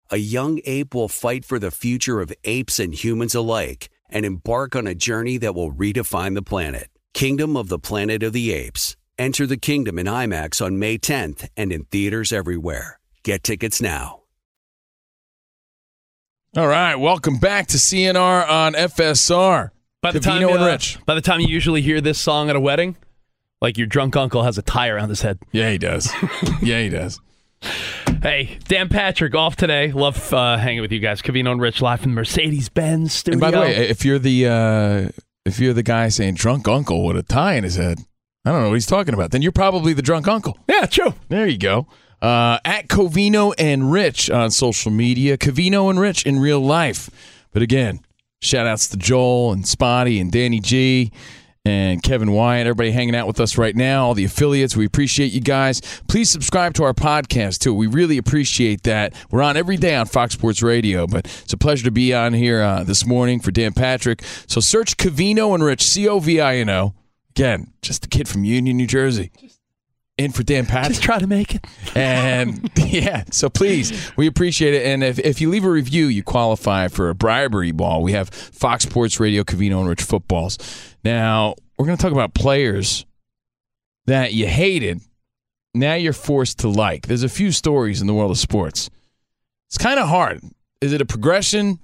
[SPEAKER 11] a young ape will fight for the future of apes and humans alike and embark on a journey that will redefine the planet. Kingdom of the Planet of the Apes. Enter the kingdom in IMAX on May 10th and in theaters everywhere. Get tickets now.
[SPEAKER 4] All right, welcome back to CNR on FSR.
[SPEAKER 3] By the
[SPEAKER 4] Covino
[SPEAKER 3] time
[SPEAKER 4] and
[SPEAKER 3] uh,
[SPEAKER 4] Rich.
[SPEAKER 3] by the time you usually hear this song at a wedding, like your drunk uncle has a tie around his head.
[SPEAKER 4] Yeah, he does. yeah, he does.
[SPEAKER 3] Hey, Dan Patrick off today. Love uh, hanging with you guys. Cavino and Rich live from the Mercedes Benz studio.
[SPEAKER 4] And by the way, if you're the uh, if you're the guy saying drunk uncle with a tie in his head, I don't know what he's talking about. Then you're probably the drunk uncle.
[SPEAKER 3] Yeah, true.
[SPEAKER 4] There you go. Uh, at Covino and Rich on social media, Covino and Rich in real life. But again, shout outs to Joel and Spotty and Danny G and Kevin Wyatt, everybody hanging out with us right now, all the affiliates. We appreciate you guys. Please subscribe to our podcast too. We really appreciate that. We're on every day on Fox Sports Radio, but it's a pleasure to be on here uh, this morning for Dan Patrick. So search Covino and Rich, C O V I N O. Again, just a kid from Union, New Jersey in for Dan Patrick. Just
[SPEAKER 3] try to make it.
[SPEAKER 4] And yeah, so please, we appreciate it. And if, if you leave a review, you qualify for a bribery ball. We have Fox Sports Radio, Cavino, and Rich Footballs. Now, we're going to talk about players that you hated. Now you're forced to like. There's a few stories in the world of sports. It's kind of hard. Is it a progression?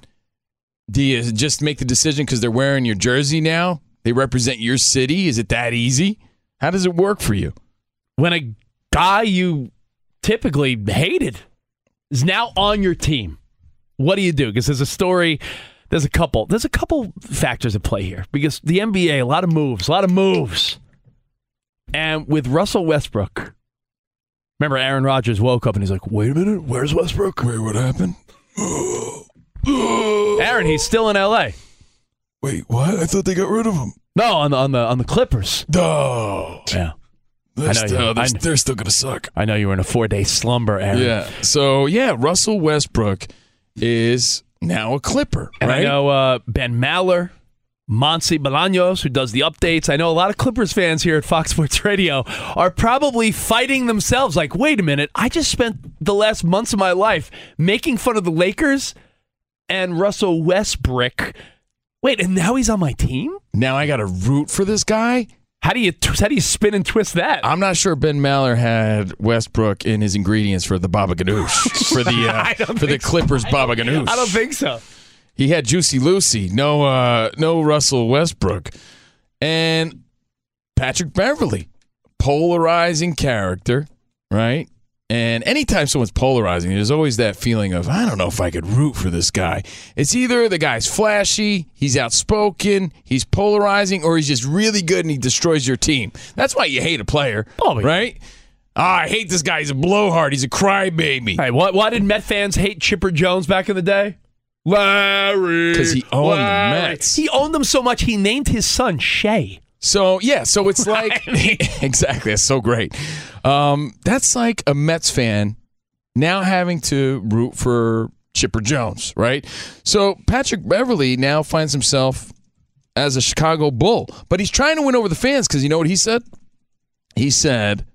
[SPEAKER 4] Do you just make the decision because they're wearing your jersey now? They represent your city. Is it that easy? How does it work for you?
[SPEAKER 3] when a guy you typically hated is now on your team, what do you do? Because there's a story, there's a couple, there's a couple factors at play here. Because the NBA, a lot of moves, a lot of moves, and with Russell Westbrook, remember Aaron Rodgers woke up and he's like, "Wait a minute, where's Westbrook? Wait,
[SPEAKER 4] what happened?"
[SPEAKER 3] Aaron, he's still in LA.
[SPEAKER 4] Wait, what? I thought they got rid of him.
[SPEAKER 3] No, on the on the on the Clippers.
[SPEAKER 4] No.
[SPEAKER 3] Yeah.
[SPEAKER 4] They're,
[SPEAKER 3] I know you-
[SPEAKER 4] still, they're,
[SPEAKER 3] I kn-
[SPEAKER 4] they're still gonna suck.
[SPEAKER 3] I know you were in a four day slumber, Aaron.
[SPEAKER 4] Yeah. So yeah, Russell Westbrook is now a Clipper,
[SPEAKER 3] And
[SPEAKER 4] right?
[SPEAKER 3] I know uh, Ben Maller, Monsi Bolaños, who does the updates. I know a lot of Clippers fans here at Fox Sports Radio are probably fighting themselves. Like, wait a minute, I just spent the last months of my life making fun of the Lakers and Russell Westbrook. Wait, and now he's on my team?
[SPEAKER 4] Now I got to root for this guy.
[SPEAKER 3] How do you tw- how do you spin and twist that?
[SPEAKER 4] I'm not sure Ben Maller had Westbrook in his ingredients for the Baba Ganoush for the
[SPEAKER 3] I
[SPEAKER 4] uh,
[SPEAKER 3] don't
[SPEAKER 4] for the
[SPEAKER 3] think so.
[SPEAKER 4] Clippers Baba Ganoush.
[SPEAKER 3] I don't think so.
[SPEAKER 4] He had Juicy Lucy, no uh, no Russell Westbrook, and Patrick Beverly, polarizing character, right? And anytime someone's polarizing, there's always that feeling of I don't know if I could root for this guy. It's either the guy's flashy, he's outspoken, he's polarizing, or he's just really good and he destroys your team. That's why you hate a player, right? Ah, I hate this guy. He's a blowhard. He's a crybaby.
[SPEAKER 3] Hey, why, why did Met fans hate Chipper Jones back in the day? Larry,
[SPEAKER 4] 'Cause he owned the
[SPEAKER 3] Larry.
[SPEAKER 4] Mets.
[SPEAKER 3] He owned them so much he named his son Shay.
[SPEAKER 4] So yeah, so it's like exactly. That's so great. Um, that's like a Mets fan now having to root for Chipper Jones, right? So Patrick Beverly now finds himself as a Chicago Bull, but he's trying to win over the fans because you know what he said? He said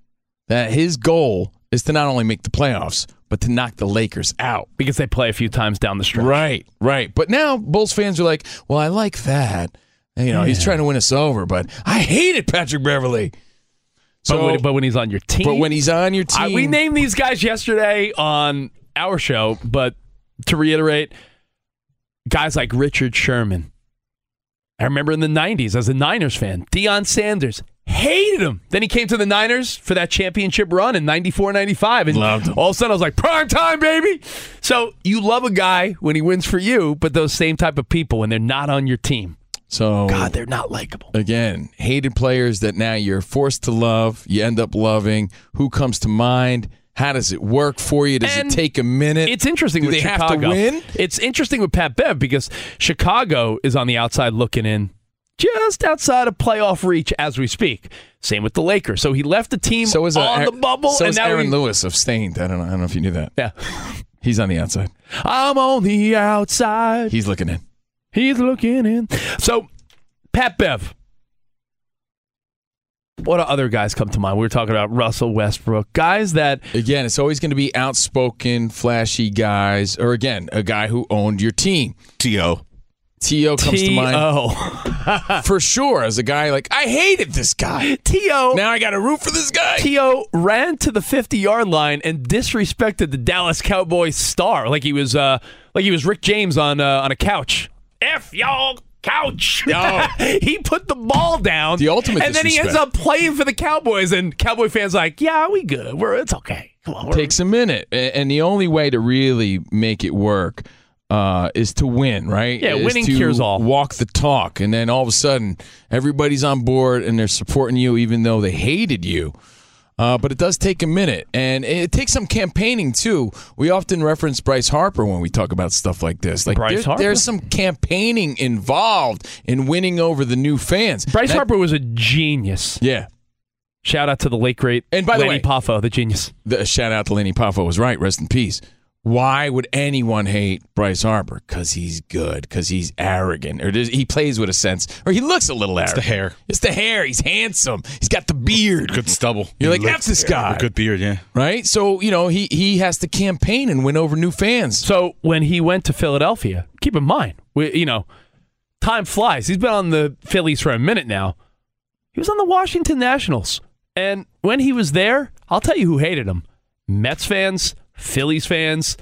[SPEAKER 4] that his goal is to not only make the playoffs but to knock the Lakers out.
[SPEAKER 3] because they play a few times down the stretch.
[SPEAKER 4] Right, right. But now Bulls fans are like, well, I like that. And, you know, he's
[SPEAKER 3] Yeah.
[SPEAKER 4] trying to win us over, but I hated Patrick Beverly.
[SPEAKER 3] but, when, but when he's on your team,
[SPEAKER 4] but when he's on your team,
[SPEAKER 3] I- we named these guys yesterday on our show. But to reiterate, guys like Richard Sherman. I remember in the '90s as a Niners fan, Deion Sanders hated him. Then he came to the Niners for that championship run in '94, '95, and all of a sudden I was like, "Prime time, baby!" So you love a guy when he wins for you, but those same type of people when they're not on your team,
[SPEAKER 4] so
[SPEAKER 3] God, they're not likable.
[SPEAKER 4] again, hated players that now you're forced to love, you end up loving. Who comes to mind? How does it work for you? Does
[SPEAKER 3] And
[SPEAKER 4] it take a minute?
[SPEAKER 3] It's interesting
[SPEAKER 4] Do
[SPEAKER 3] with
[SPEAKER 4] they
[SPEAKER 3] Chicago.
[SPEAKER 4] have to win?
[SPEAKER 3] It's interesting with Pat Bev because Chicago is on the outside looking in, just outside of playoff reach as we speak. Same with the Lakers. So he left the team
[SPEAKER 4] So is uh,
[SPEAKER 3] on
[SPEAKER 4] Ar-
[SPEAKER 3] the bubble,
[SPEAKER 4] So
[SPEAKER 3] and
[SPEAKER 4] is
[SPEAKER 3] now
[SPEAKER 4] Aaron
[SPEAKER 3] he-
[SPEAKER 4] Lewis of Stained. I don't know. I don't know if you knew that.
[SPEAKER 3] Yeah,
[SPEAKER 4] he's on the outside.
[SPEAKER 3] I'm on the outside.
[SPEAKER 4] He's looking in.
[SPEAKER 3] He's looking in. So Pat Bev. What do other guys come to mind? We were talking about Russell Westbrook, guys that
[SPEAKER 4] Again, it's always going to be outspoken, flashy guys, or again, a guy who owned your team.
[SPEAKER 6] T.O.
[SPEAKER 4] T.O. comes to mind. for sure. As a guy, like, I hated this guy. T.O. Now I got to root for this guy.
[SPEAKER 3] T.O. ran to the 50 yard line and disrespected the Dallas Cowboys star like he was uh, like he was Rick James on uh, on a couch. F y'all couch. he put the ball down. The
[SPEAKER 4] ultimate
[SPEAKER 3] And then he ends
[SPEAKER 4] disrespect.
[SPEAKER 3] up playing for the Cowboys and Cowboy fans like, "Yeah, we good. We're it's okay." Come on.
[SPEAKER 4] takes a minute, A- and the only way to really make it work uh, is to win, right?
[SPEAKER 3] Yeah,
[SPEAKER 4] Is
[SPEAKER 3] winning
[SPEAKER 4] to
[SPEAKER 3] cures all.
[SPEAKER 4] Walk the talk, and then all of a sudden, everybody's on board and they're supporting you, even though they hated you. Uh, but it does take a minute, and it takes some campaigning too. We often reference Bryce Harper when we talk about stuff like this. Like
[SPEAKER 3] Bryce
[SPEAKER 4] there-
[SPEAKER 3] Harper?
[SPEAKER 4] there's some campaigning involved in winning over the new fans.
[SPEAKER 3] Bryce
[SPEAKER 4] That-
[SPEAKER 3] Harper was a genius.
[SPEAKER 4] Yeah.
[SPEAKER 3] Shout out to the late great
[SPEAKER 4] and by the
[SPEAKER 3] Lenny
[SPEAKER 4] way,
[SPEAKER 3] Poffo, the genius.
[SPEAKER 4] The, uh, shout out to Lenny Poffo was right. Rest in peace. Why would anyone hate Bryce Harper? Because he's good. Because he's arrogant, or does- he plays with a sense, or he looks a little
[SPEAKER 7] It's
[SPEAKER 4] arrogant.
[SPEAKER 7] the hair.
[SPEAKER 4] It's the hair. He's handsome. He's got the beard.
[SPEAKER 7] Good stubble.
[SPEAKER 4] You're
[SPEAKER 7] He
[SPEAKER 4] like,
[SPEAKER 7] looks-
[SPEAKER 4] "F this guy."
[SPEAKER 7] A good beard, yeah.
[SPEAKER 4] right? So you know he he has to campaign and win over new fans.
[SPEAKER 3] So when he went to Philadelphia, keep in mind, we, you know, time flies. He's been on the Phillies for a minute now. He was on the Washington Nationals, and when he was there, I'll tell you who hated him: Mets fans, Phillies fans,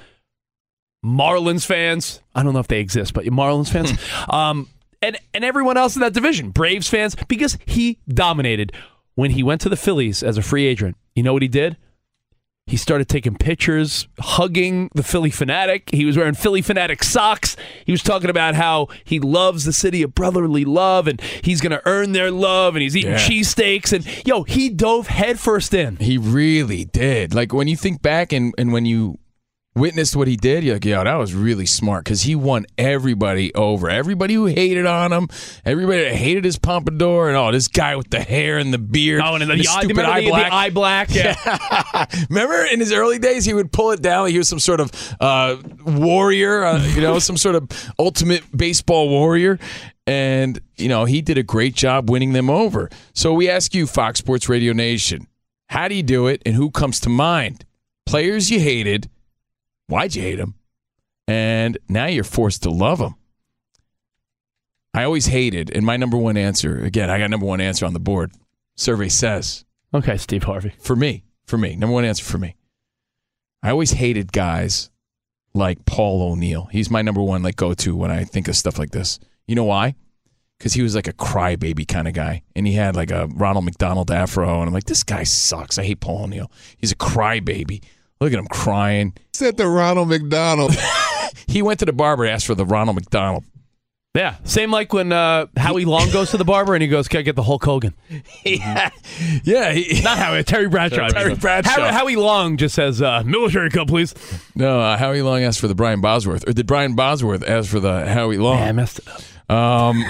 [SPEAKER 3] Marlins fans. I don't know if they exist, but Marlins fans, um, and and everyone else in that division, Braves fans, because he dominated. When he went to the Phillies as a free agent, you know what he did? He started taking pictures, hugging the Philly fanatic. He was wearing Philly fanatic socks. He was talking about how he loves the city of brotherly love and he's going to earn their love and he's eating
[SPEAKER 4] Yeah.
[SPEAKER 3] cheesesteaks. And yo, he dove headfirst in.
[SPEAKER 4] He really did. Like when you think back and, and when you witnessed what he did, you're like, yo, that was really smart because he won everybody over. Everybody who hated on him, everybody that hated his pompadour, and oh, this guy with the hair and the beard.
[SPEAKER 3] Oh, and the, eye,
[SPEAKER 4] stupid
[SPEAKER 3] remember
[SPEAKER 4] eye
[SPEAKER 3] the- the
[SPEAKER 4] black.
[SPEAKER 3] eye black.
[SPEAKER 4] Remember in his early days, he would pull it down. He was some sort of uh, warrior, uh, you know, some sort of ultimate baseball warrior. And, you know, he did a great job winning them over. So we ask you, Fox Sports Radio Nation, how do you do it and who comes to mind? Players you hated. Why'd you hate them? And now you're forced to love them. I always hated, and my number one answer, again, I got number one answer on the board. Survey says.
[SPEAKER 3] Okay, Steve Harvey.
[SPEAKER 4] For me, for me, number one answer for me. I always hated guys like Paul O'Neill. He's my number one like go to when I think of stuff like this. You know why? Because he was like a crybaby kind of guy, and he had like a Ronald McDonald afro, and I'm like, this guy sucks. I hate Paul O'Neill. He's a crybaby. Look at him crying.
[SPEAKER 5] Said the Ronald McDonald.
[SPEAKER 4] he went to the barber and asked for the Ronald McDonald.
[SPEAKER 3] Yeah. Same like when uh, Howie Long goes to the barber and he goes, Can I get the Hulk Hogan?
[SPEAKER 12] Mm-hmm.
[SPEAKER 4] yeah. Yeah. He,
[SPEAKER 3] Not Howie, Terry Bradshaw.
[SPEAKER 4] Terry Bradshaw.
[SPEAKER 3] How- Howie Long just says, uh, Military Cup, please.
[SPEAKER 4] No, uh, Howie Long asked for the Brian Bosworth, or did Brian Bosworth ask for the Howie Long?
[SPEAKER 3] Yeah, I messed it
[SPEAKER 4] up. Um,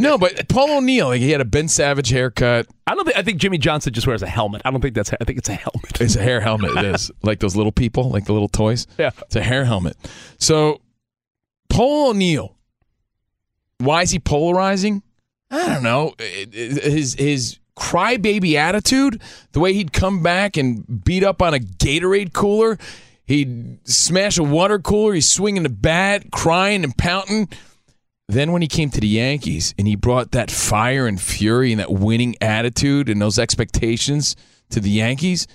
[SPEAKER 4] no, but Paul O'Neill, like, he had a Ben Savage haircut.
[SPEAKER 3] I don't think, I think Jimmy Johnson just wears a helmet. I don't think that's, I think it's a helmet.
[SPEAKER 4] It's a hair helmet. It is like those little people, like the little toys.
[SPEAKER 3] Yeah,
[SPEAKER 4] it's a hair helmet. So Paul O'Neill, why is he polarizing? I don't know. It- it- His his crybaby attitude, the way he'd come back and beat up on a Gatorade cooler, he'd smash a water cooler, he's swinging the bat, crying and pouting. Then when he came to the Yankees and he brought that fire and fury and that winning attitude and those expectations to the Yankees,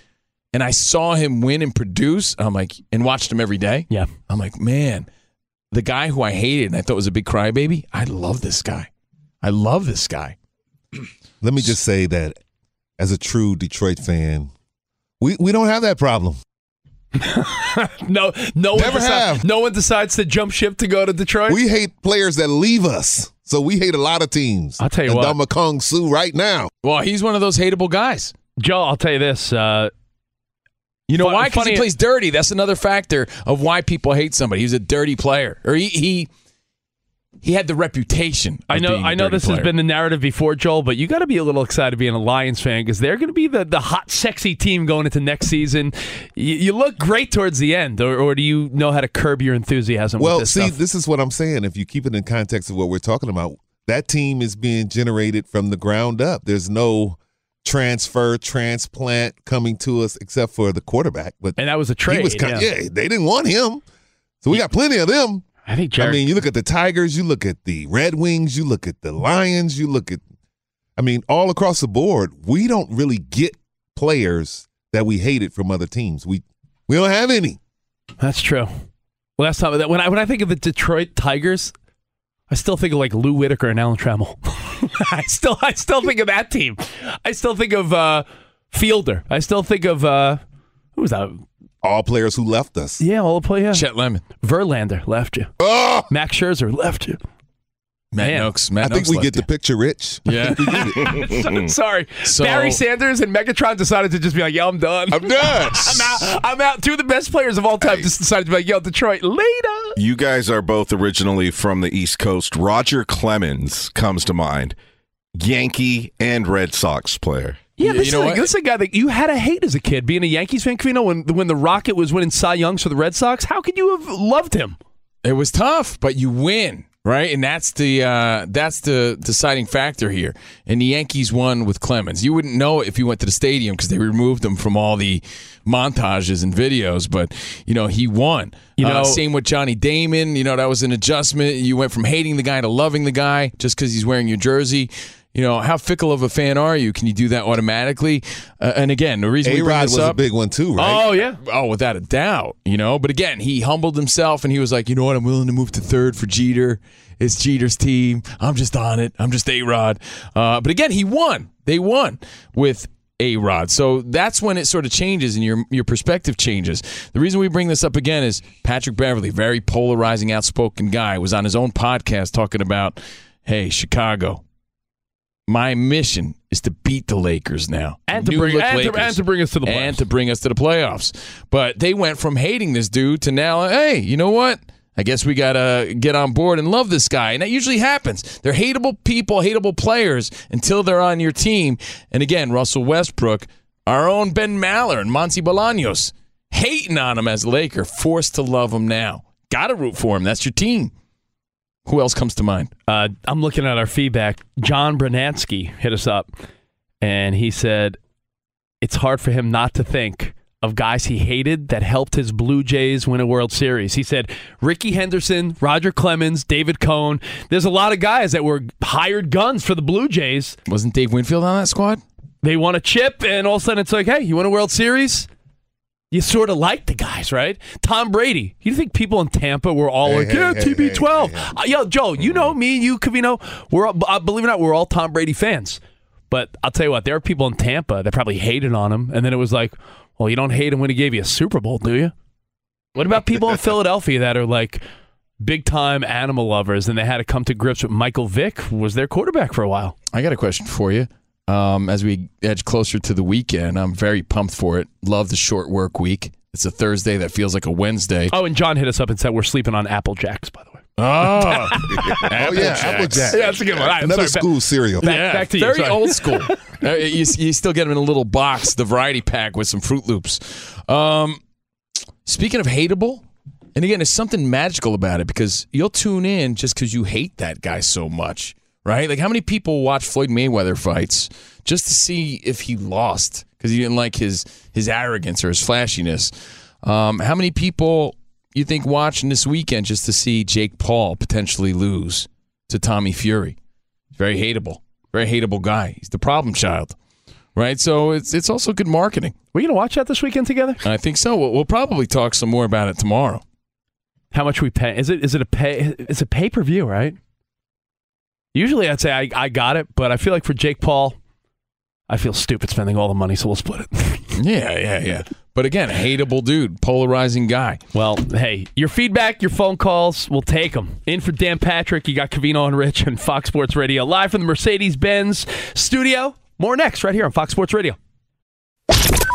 [SPEAKER 4] and I saw him win and produce, I'm like, and watched him every day.
[SPEAKER 3] Yeah.
[SPEAKER 4] I'm like, man, the guy who I hated and I thought was a big crybaby, I love this guy. I love this guy.
[SPEAKER 5] Let me just say that as a true Detroit fan, we, we don't have that problem.
[SPEAKER 3] No, no one
[SPEAKER 5] Never
[SPEAKER 3] decide-
[SPEAKER 5] have.
[SPEAKER 3] No one decides to jump ship to go to Detroit.
[SPEAKER 5] We hate players that leave us. So we hate a lot of teams. I'll tell
[SPEAKER 3] you
[SPEAKER 5] and
[SPEAKER 3] what.
[SPEAKER 5] Dama Kong Su right now.
[SPEAKER 4] Well, he's one of those hateable guys.
[SPEAKER 3] Joe, I'll tell you this. Uh,
[SPEAKER 4] You know
[SPEAKER 3] Fu-
[SPEAKER 4] why? Because he
[SPEAKER 3] funny-
[SPEAKER 4] plays dirty. That's another factor of why people hate somebody. He's a dirty player, or he he, he had the reputation. Of
[SPEAKER 3] I know.
[SPEAKER 4] being a
[SPEAKER 3] I know
[SPEAKER 4] dirty
[SPEAKER 3] this
[SPEAKER 4] player.
[SPEAKER 3] has been the narrative before, Joel, but you got to be a little excited being a Lions fan because they're going to be the, the hot, sexy team going into next season. You, you look great towards the end, or, or do you know how to curb your enthusiasm?
[SPEAKER 5] Well,
[SPEAKER 3] with this
[SPEAKER 5] see,
[SPEAKER 3] stuff?
[SPEAKER 5] this is what I'm saying. If you keep it in context of what we're talking about, that team is being generated from the ground up. There's no transfer, transplant coming to us except for the quarterback. But
[SPEAKER 3] and that was a
[SPEAKER 5] He
[SPEAKER 3] trade,
[SPEAKER 5] was kind,
[SPEAKER 3] yeah.
[SPEAKER 5] yeah. they didn't want him. So we got plenty of them.
[SPEAKER 3] I think.
[SPEAKER 5] I mean, you look at the Tigers, you look at the Red Wings, you look at the Lions, you look at. I mean, all across the board, we don't really get players that we hated from other teams. We we don't have any.
[SPEAKER 3] That's true. Well, that's not that. When I when I think of the Detroit Tigers, I still think of like Lou Whitaker and Alan Trammell. I still I still think of that team. I still think of uh, Fielder. I still think of uh, who was that?
[SPEAKER 5] All players who left us.
[SPEAKER 3] Yeah, all the players.
[SPEAKER 4] Chet Lemon,
[SPEAKER 3] Verlander left you. Max Scherzer left you.
[SPEAKER 4] Matt Noakes. Matt
[SPEAKER 5] I think
[SPEAKER 4] Noakes
[SPEAKER 5] we
[SPEAKER 4] left
[SPEAKER 5] get the picture, Rich.
[SPEAKER 4] Yeah.
[SPEAKER 5] Hmm.
[SPEAKER 3] Sorry,
[SPEAKER 4] So-
[SPEAKER 3] Barry Sanders and Megatron decided to just be like, "Yo, I'm done. I'm
[SPEAKER 6] done.
[SPEAKER 3] I'm out. I'm out." Two of the best players of all time just decided to be like, "Yo, Detroit, later."
[SPEAKER 6] You guys are both originally from the East Coast. Roger Clemens comes to mind, Yankee and Red Sox player.
[SPEAKER 3] Yeah, this, is a, this is a guy that you had to hate as a kid, being a Yankees fan, Cavino, when when the Rocket was winning Cy Youngs for the Red Sox. How could you have loved him?
[SPEAKER 4] It was tough, but you win, right? And that's the uh, that's the deciding factor here. And the Yankees won with Clemens. You wouldn't know it if you went to the stadium because they removed him from all the montages and videos. But you know he won.
[SPEAKER 3] You
[SPEAKER 4] Uh,
[SPEAKER 3] know-
[SPEAKER 4] same with Johnny Damon. You know that was an adjustment. You went from hating the guy to loving the guy just because he's wearing your jersey. You know how fickle of a fan are you? Can you do that automatically? Uh, and again, the reason we bring
[SPEAKER 5] A-Rod
[SPEAKER 4] this
[SPEAKER 5] was a
[SPEAKER 4] up,
[SPEAKER 5] big one too, right?
[SPEAKER 4] Oh yeah. Oh, without a doubt. You know, but again, he humbled himself and he was like, you know what? I'm willing to move to third for Jeter. It's Jeter's team. I'm just on it. I'm just A Rod. Uh, but again, he won. They won with A Rod. So that's when it sort of changes and your your perspective changes. The reason we bring this up again is Patrick Beverly, very polarizing, outspoken guy, was on his own podcast talking about, hey, Chicago. My mission is to beat the Lakers now.
[SPEAKER 3] And to
[SPEAKER 4] New
[SPEAKER 3] bring-
[SPEAKER 4] look
[SPEAKER 3] and to-
[SPEAKER 4] Lakers.
[SPEAKER 3] and to bring us to the playoffs.
[SPEAKER 4] And to bring us to the playoffs. But they went from hating this dude to now, hey, you know what? I guess we got to get on board and love this guy. And that usually happens. They're hateable people, hateable players until they're on your team. And again, Russell Westbrook, our own Ben Maller and Monty Bolaños, hating on him as a Laker, forced to love him now. Got to root for him. That's your team. Who else comes to mind?
[SPEAKER 3] Uh, I'm looking at our feedback. John Brunansky hit us up, and he said it's hard for him not to think of guys he hated that helped his Blue Jays win a World Series. He said Ricky Henderson, Roger Clemens, David Cohn. There's a lot of guys that were hired guns for the Blue Jays.
[SPEAKER 4] Wasn't Dave Winfield on that squad?
[SPEAKER 3] They won a chip, and all of a sudden it's like, hey, you won a World Series? You sort of like the guys, right? Tom Brady. You think people in Tampa were all
[SPEAKER 13] Hey,
[SPEAKER 3] like,
[SPEAKER 13] hey,
[SPEAKER 3] yeah,
[SPEAKER 13] hey, Mm-hmm.
[SPEAKER 3] TB12. Uh, yo, Joe, you know me, you, Cavino. We're all, uh, believe it or not, we're all Tom Brady fans. But I'll tell you what, there are people in Tampa that probably hated on him, and then it was like, well, you don't hate him when he gave you a Super Bowl, do you? What about people in Philadelphia that are like big time animal lovers and they had to come to grips with Michael Vick was their quarterback for a while?
[SPEAKER 4] I got a question for you. Um, as we edge closer to the weekend, I'm very pumped for it. Love the short work week. It's a Thursday that feels like a Wednesday.
[SPEAKER 3] Oh, and John hit us up and said we're sleeping on Apple Jacks, by the way.
[SPEAKER 4] Oh,
[SPEAKER 5] Oh, yeah, Apple Jacks.
[SPEAKER 3] Yeah, that's a good one. All right,
[SPEAKER 5] Another
[SPEAKER 3] sorry, back-
[SPEAKER 5] school cereal.
[SPEAKER 3] Back, back to you.
[SPEAKER 4] very
[SPEAKER 3] sorry.
[SPEAKER 4] old school. Uh, you, you still get them in a little box, the variety pack with some Fruit Loops. Um, speaking of hateable, and again, there's something magical about it because you'll tune in just because you hate that guy so much, right? Like, how many people watch Floyd Mayweather fights just to see if he lost because he didn't like his his arrogance or his flashiness? Um, how many people you think watching this weekend just to see Jake Paul potentially lose to Tommy Fury? Very hateable. Very hateable guy. He's the problem child. Right? So it's it's also good marketing.
[SPEAKER 3] We gonna watch that this weekend together?
[SPEAKER 4] I think so. We'll, we'll probably talk some more about it tomorrow.
[SPEAKER 3] How much we pay? Is it is it a pay? It's a pay per view, right? Usually, I'd say I, I got it, but I feel like for Jake Paul, I feel stupid spending all the money, so we'll split it.
[SPEAKER 4] Yeah, yeah, yeah. But again, hateable dude, polarizing guy.
[SPEAKER 3] Well, hey, your feedback, your phone calls, we'll take them. In for Dan Patrick, you got Cavino and Rich and Fox Sports Radio live from the Mercedes Benz studio. More next, right here on Fox Sports Radio.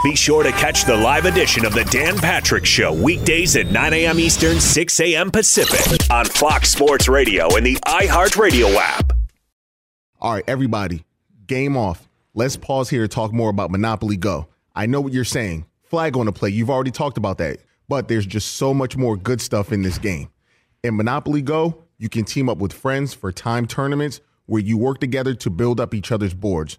[SPEAKER 2] Be sure to catch the live edition of the Dan Patrick Show weekdays at 9 a.m. Eastern, 6 a.m. Pacific on Fox Sports Radio and the iHeartRadio app.
[SPEAKER 14] All right, everybody, game off. Let's pause here to talk more about Monopoly Go. I know what you're saying. Flag on the play. You've already talked about that. But there's just so much more good stuff in this game. In Monopoly Go, you can team up with friends for time tournaments where you work together to build up each other's boards.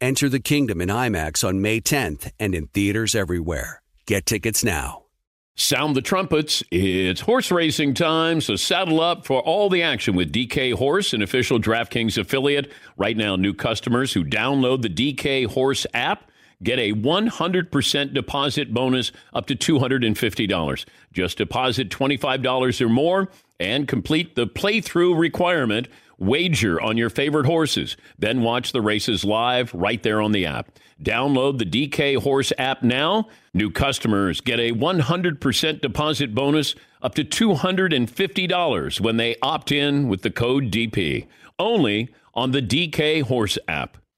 [SPEAKER 11] Enter the kingdom in IMAX on May 10th and in theaters everywhere. Get tickets now.
[SPEAKER 13] Sound the trumpets. It's horse racing time, so saddle up for all the action with DK Horse, an official DraftKings affiliate. Right now, new customers who download the DK Horse app get a 100% deposit bonus up to $250. Just deposit $25 or more and complete the playthrough requirement. Wager on your favorite horses, then watch the races live right there on the app. Download the DK Horse app now. New customers get a 100% deposit bonus up to $250 when they opt in with the code DP. Only on the DK Horse app.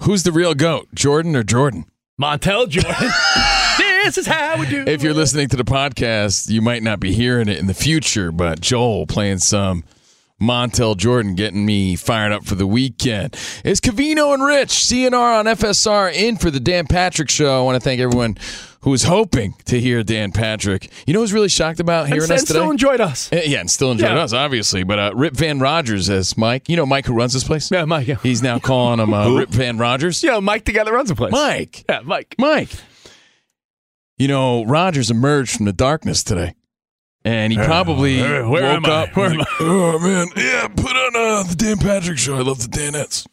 [SPEAKER 4] Who's the real goat, Jordan or Jordan?
[SPEAKER 3] Montel Jordan. this is how we do.
[SPEAKER 4] If you're listening to the podcast, you might not be hearing it in the future, but Joel playing some Montel Jordan getting me fired up for the weekend. It's Cavino and Rich, CNR on FSR, in for the Dan Patrick Show. I want to thank everyone who was hoping to hear Dan Patrick. You know who's really shocked about
[SPEAKER 3] And
[SPEAKER 4] hearing
[SPEAKER 3] s-
[SPEAKER 4] us
[SPEAKER 3] and
[SPEAKER 4] today?
[SPEAKER 3] still enjoyed us.
[SPEAKER 4] Eh, Yeah, and still enjoyed
[SPEAKER 3] Yeah.
[SPEAKER 4] us, obviously. But uh, Rip Van Rogers as Mike. You know Mike who runs this place? Yeah, Mike. Yeah. He's now calling him uh,
[SPEAKER 3] Who?
[SPEAKER 4] Rip Van Rogers.
[SPEAKER 3] Yeah, Mike the guy that runs the place.
[SPEAKER 4] Mike.
[SPEAKER 3] Yeah, Mike.
[SPEAKER 4] Mike. You know, Rogers emerged from the darkness today. And he probably
[SPEAKER 7] uh, where
[SPEAKER 4] woke
[SPEAKER 7] am I?
[SPEAKER 4] up.
[SPEAKER 7] Where
[SPEAKER 4] was
[SPEAKER 7] am
[SPEAKER 4] like, oh, man. Yeah, put on uh, the Dan Patrick show. I love the Danettes.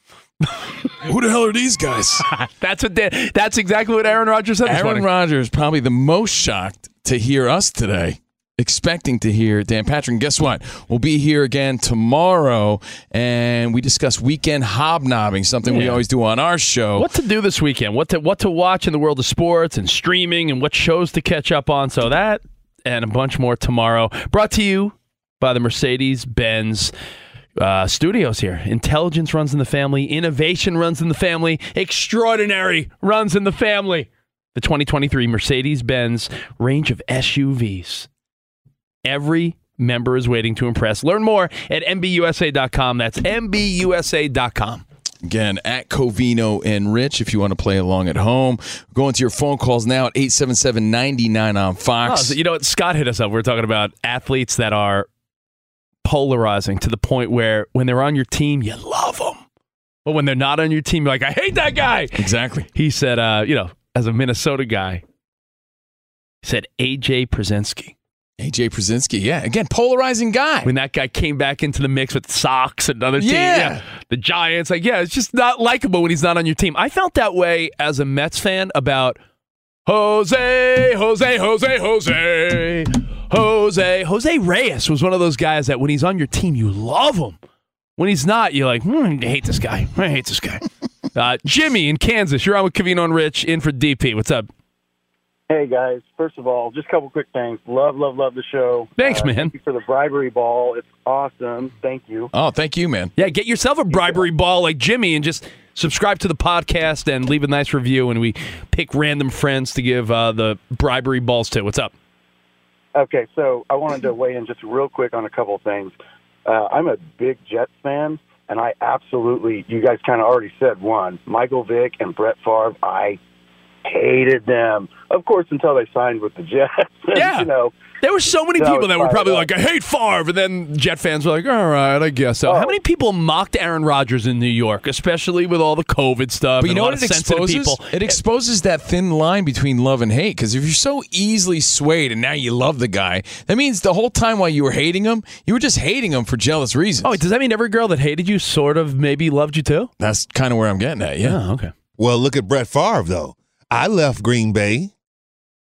[SPEAKER 4] Who the hell are these guys?
[SPEAKER 3] that's what Dan, that's exactly what Aaron Rodgers said. this
[SPEAKER 4] Aaron
[SPEAKER 3] morning.
[SPEAKER 4] Rodgers probably the most shocked to hear us today, expecting to hear Dan Patrick. And guess what? We'll be here again tomorrow, and we discuss weekend hobnobbing, something we
[SPEAKER 3] Yeah.
[SPEAKER 4] always do on our show.
[SPEAKER 3] what to do this weekend? What to what to watch in the world of sports and streaming, and what shows to catch up on? So that and a bunch more tomorrow. Brought to you by the Mercedes Benz. Uh, studios here. Intelligence runs in the family. Innovation runs in the family. Extraordinary runs in the family. The 2023 Mercedes Benz range of SUVs. Every member is waiting to impress. Learn more at MBUSA.com. That's MBUSA.com.
[SPEAKER 4] Again, at Covino and Rich, if you want to play along at home. Go into your phone calls now at 877 99 on
[SPEAKER 3] Oh,
[SPEAKER 4] Fox.
[SPEAKER 3] so you know what? Scott hit us up. We were talking about athletes that are polarizing to the point where when they're on your team, you love them. But when they're not on your team, you're like, I hate that guy.
[SPEAKER 4] Exactly.
[SPEAKER 3] He said, uh, you know, as a Minnesota guy, he said AJ Przinsky.
[SPEAKER 4] AJ Przinsky, yeah. Again, polarizing guy.
[SPEAKER 3] When that guy came back into the mix with socks, another team.
[SPEAKER 4] Yeah.
[SPEAKER 3] The Giants. Like, yeah, it's just not likable when he's not on your team. I felt that way as a Mets fan about Jose, Jose, Jose, Jose, Jose. Jose Reyes was one of those guys that when he's on your team, you love him. When he's not, you're like, hmm, I hate this guy. I hate this guy. Uh, Jimmy in Kansas, you're on with Cavino and Rich in for DP. What's up?
[SPEAKER 15] Hey guys, first of all, just a couple quick things. Love, love, love the show.
[SPEAKER 3] Thanks,
[SPEAKER 15] Uh,
[SPEAKER 3] man.
[SPEAKER 15] Thank you for the bribery ball. It's awesome. Thank you.
[SPEAKER 4] Oh, thank you, man.
[SPEAKER 3] Yeah, get yourself a bribery ball like Jimmy and just subscribe to the podcast and leave a nice review. And we pick random friends to give uh, the bribery balls to. What's up?
[SPEAKER 15] Okay, so I wanted to weigh in just real quick on a couple of things. Uh, I'm a big Jets fan, and I absolutely, you guys kind of already said one Michael Vick and Brett Favre, I hated them. Of course, until they signed with the Jets. Yeah. you know,
[SPEAKER 3] There were so many
[SPEAKER 15] No,
[SPEAKER 3] people that were
[SPEAKER 15] fired
[SPEAKER 3] probably
[SPEAKER 15] up.
[SPEAKER 3] like, I hate Favre. And then Jet fans were like, all right, I guess so.
[SPEAKER 5] Oh.
[SPEAKER 3] How many people mocked Aaron Rodgers in New York, especially with all the COVID stuff?
[SPEAKER 4] But you
[SPEAKER 3] and
[SPEAKER 4] know
[SPEAKER 3] a lot
[SPEAKER 4] what it
[SPEAKER 3] of sensitive
[SPEAKER 4] exposes?
[SPEAKER 3] People.
[SPEAKER 4] It exposes that thin line between love and hate. Because if you're so easily swayed and now you love the guy, that means the whole time while you were hating him, you were just hating him for jealous reasons. Oh,
[SPEAKER 3] does that mean every girl that hated you sort of maybe loved you too?
[SPEAKER 4] That's kind of where I'm getting at. Yeah.
[SPEAKER 3] Oh, okay.
[SPEAKER 5] Well, look at Brett Favre though. I left Green Bay.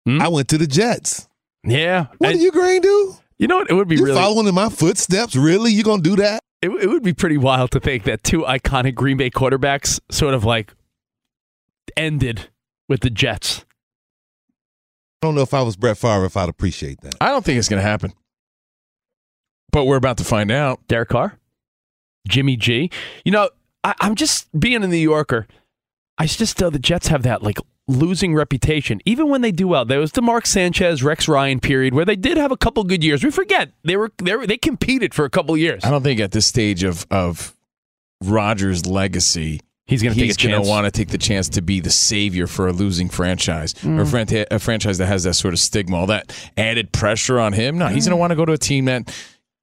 [SPEAKER 3] Hmm?
[SPEAKER 5] I went to the Jets.
[SPEAKER 3] Yeah.
[SPEAKER 5] What do you Green do?
[SPEAKER 3] You know what? It would be
[SPEAKER 5] you
[SPEAKER 3] really-
[SPEAKER 5] following in my footsteps. Really, you gonna do that?
[SPEAKER 3] It, it would be pretty wild to think that two iconic Green Bay quarterbacks sort of like ended with the Jets.
[SPEAKER 5] I don't know if I was Brett Favre if I'd appreciate that.
[SPEAKER 4] I don't think it's going to happen. But we're about to find out.
[SPEAKER 3] Derek Carr, Jimmy G. You know, I, I'm just being a New Yorker. I just know the Jets have that like losing reputation, even when they do well. There was the Mark Sanchez, Rex Ryan period where they did have a couple good years. We forget they were they, were, they competed for a couple years.
[SPEAKER 4] I don't think at this stage of of Rogers' legacy,
[SPEAKER 3] he's going
[SPEAKER 4] to
[SPEAKER 3] take a chance.
[SPEAKER 4] want to take the chance to be the savior for a losing franchise or a,
[SPEAKER 3] Mm.
[SPEAKER 4] fran- a franchise that has that sort of stigma, all that added pressure on him. No, he's going to want to go to a team that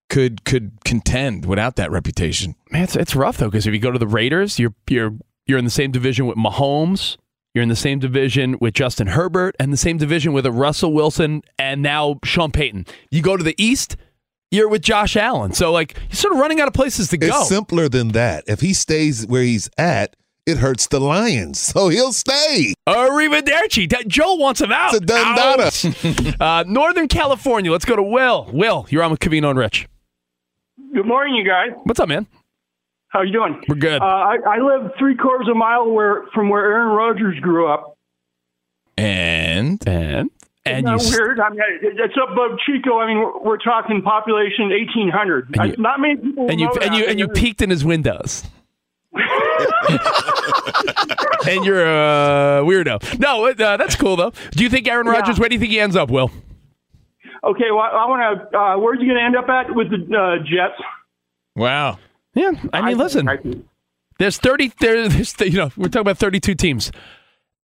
[SPEAKER 4] could could contend without that reputation.
[SPEAKER 3] Man, it's, it's rough though because if you go to the Raiders, you're you're you're in the same division with Mahomes. You're in the same division with Justin Herbert and the same division with a Russell Wilson and now Sean Payton. You go to the East, you're with Josh Allen. So like you're sort of running out of places to go.
[SPEAKER 5] It's simpler than that. If he stays where he's at, it hurts the Lions. So oh, he'll stay.
[SPEAKER 3] Arrivederci. That- Joe wants him out.
[SPEAKER 5] It's a done
[SPEAKER 3] Ouch. uh, Northern California. Let's go to Will. Will, you're on with Cavino and Rich.
[SPEAKER 16] Good morning, you guys.
[SPEAKER 3] What's up, man?
[SPEAKER 16] How you doing?
[SPEAKER 3] We're good.
[SPEAKER 16] Uh, I, I live three quarters of a mile where from where Aaron Rodgers grew up.
[SPEAKER 4] And
[SPEAKER 3] and
[SPEAKER 16] Isn't
[SPEAKER 3] and
[SPEAKER 16] that
[SPEAKER 3] you st-
[SPEAKER 16] weird? I mean, it- it's up above Chico. I mean, we're, we're talking population eighteen hundred.
[SPEAKER 3] And you-
[SPEAKER 16] Not many people.
[SPEAKER 3] and you
[SPEAKER 16] know
[SPEAKER 3] and
[SPEAKER 16] that.
[SPEAKER 3] you and you peeked in his windows. and you're a weirdo. No, uh, that's cool though. Do you think Aaron Rodgers? Where do you think he ends up? Will
[SPEAKER 16] Okay, well, I want to. Uh, where's you going to end up at with the uh, Jets?
[SPEAKER 4] Wow.
[SPEAKER 3] Yeah, I mean, listen. there's thirty. There's, there's you know we're talking about thirty-two teams.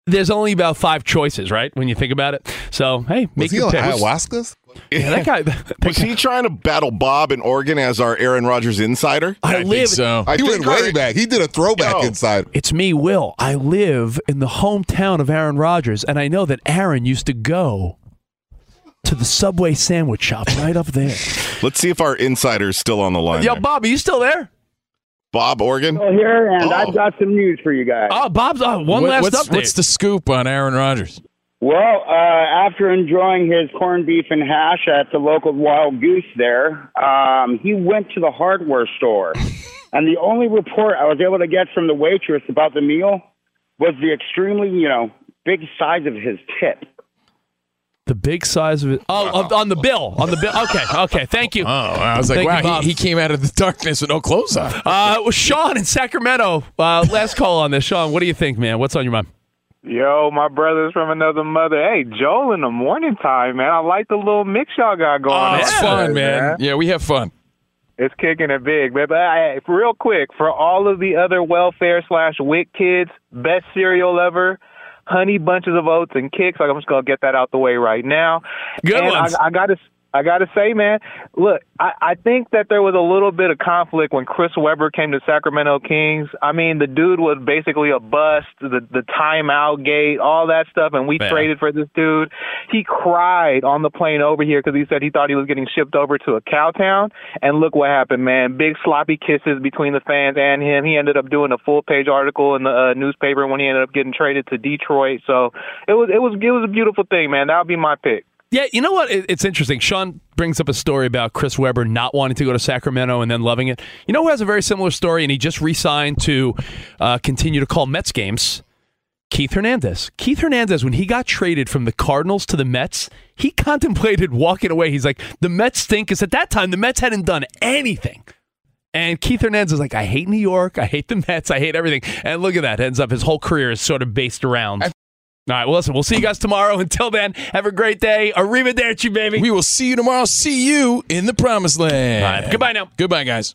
[SPEAKER 3] There's only about five choices, right? When you think about it. So hey, make
[SPEAKER 5] he
[SPEAKER 3] your
[SPEAKER 5] on
[SPEAKER 3] pick.
[SPEAKER 5] ayahuasca?
[SPEAKER 3] Yeah, that guy.
[SPEAKER 6] Was he trying to battle Bob in Oregon as our Aaron Rodgers insider?
[SPEAKER 3] I, live.
[SPEAKER 6] I
[SPEAKER 5] he went
[SPEAKER 6] think
[SPEAKER 5] way
[SPEAKER 6] our-
[SPEAKER 5] back. He did a throwback
[SPEAKER 6] Yo.
[SPEAKER 5] inside.
[SPEAKER 3] Oh. It's me, Will. I live in the hometown of Aaron Rodgers, and I know that Aaron used to go to the Subway sandwich shop right up there.
[SPEAKER 6] Let's see if our insider is still on the line.
[SPEAKER 3] Yo,
[SPEAKER 6] there.
[SPEAKER 3] Bob, are you still there?
[SPEAKER 6] Bob Oregon.
[SPEAKER 17] Still here, and
[SPEAKER 6] Oh.
[SPEAKER 17] I've got some news for you guys.
[SPEAKER 3] Oh, Bob's on. One
[SPEAKER 4] What-
[SPEAKER 3] last
[SPEAKER 4] what's,
[SPEAKER 3] update.
[SPEAKER 4] What's the scoop on Aaron Rodgers?
[SPEAKER 17] Well, uh, after enjoying his corned beef and hash at the local Wild Goose there, um, he went to the hardware store. and the only report I was able to get from the waitress about the meal was the extremely, you know, big size of his tip.
[SPEAKER 3] The big size of it. Oh, on- on the bill. On the bill. Okay. Okay. Thank you. Oh,
[SPEAKER 4] I was like, wow, he, he came out of the darkness with no clothes on.
[SPEAKER 3] uh, well, Sean in Sacramento. Uh, last call on this, Sean. What do you think, man? What's on your mind?
[SPEAKER 18] Yo, my brother's from another mother. Hey, Joel, in the morning time, man. I like the little mix y'all got
[SPEAKER 3] Oh,
[SPEAKER 18] going. on
[SPEAKER 4] It's
[SPEAKER 18] today,
[SPEAKER 4] Oh, fun, man. Yeah, we have fun.
[SPEAKER 18] It's kicking it big, man. But hey, real quick, for all of the other welfare slash WIC kids, best cereal ever, honey bunches of oats and kicks. Like I'm just gonna get that out the way right now.
[SPEAKER 19] Good
[SPEAKER 18] and
[SPEAKER 19] ones.
[SPEAKER 18] I, I gotta. I gotta say, man, look, I, I think that there was a little bit of conflict when Chris Webber came to Sacramento Kings. I mean, the dude was basically a bust, the the timeout gate, all that stuff, and we
[SPEAKER 12] Yeah.
[SPEAKER 18] traded for this dude. He cried on the plane over here because he said he thought he was getting shipped over to a cow town, and look what happened, man. Big sloppy kisses between the fans and him. He ended up doing a full page article in the uh, newspaper when he ended up getting traded to Detroit. So it was it was it was a beautiful thing, man. That would be my pick.
[SPEAKER 3] Yeah, you know what? It- It's interesting. Sean brings up a story about Chris Webber not wanting to go to Sacramento and then loving it. You know who has a very similar story, and he just re-signed to uh, continue to call Mets games? Keith Hernandez. Keith Hernandez, when he got traded from the Cardinals to the Mets, he contemplated walking away. He's like, the Mets stink, because at that time the Mets hadn't done anything. And Keith Hernandez is like, I hate New York. I hate the Mets. I hate everything. And look at that. Ends up his whole career is sort of based around. All right. Well, listen, we'll see you guys tomorrow. Until then, have a great day. Arrivederci, baby.
[SPEAKER 4] We will see you tomorrow. See you in the promised land.
[SPEAKER 3] All right, goodbye now.
[SPEAKER 4] Goodbye, guys.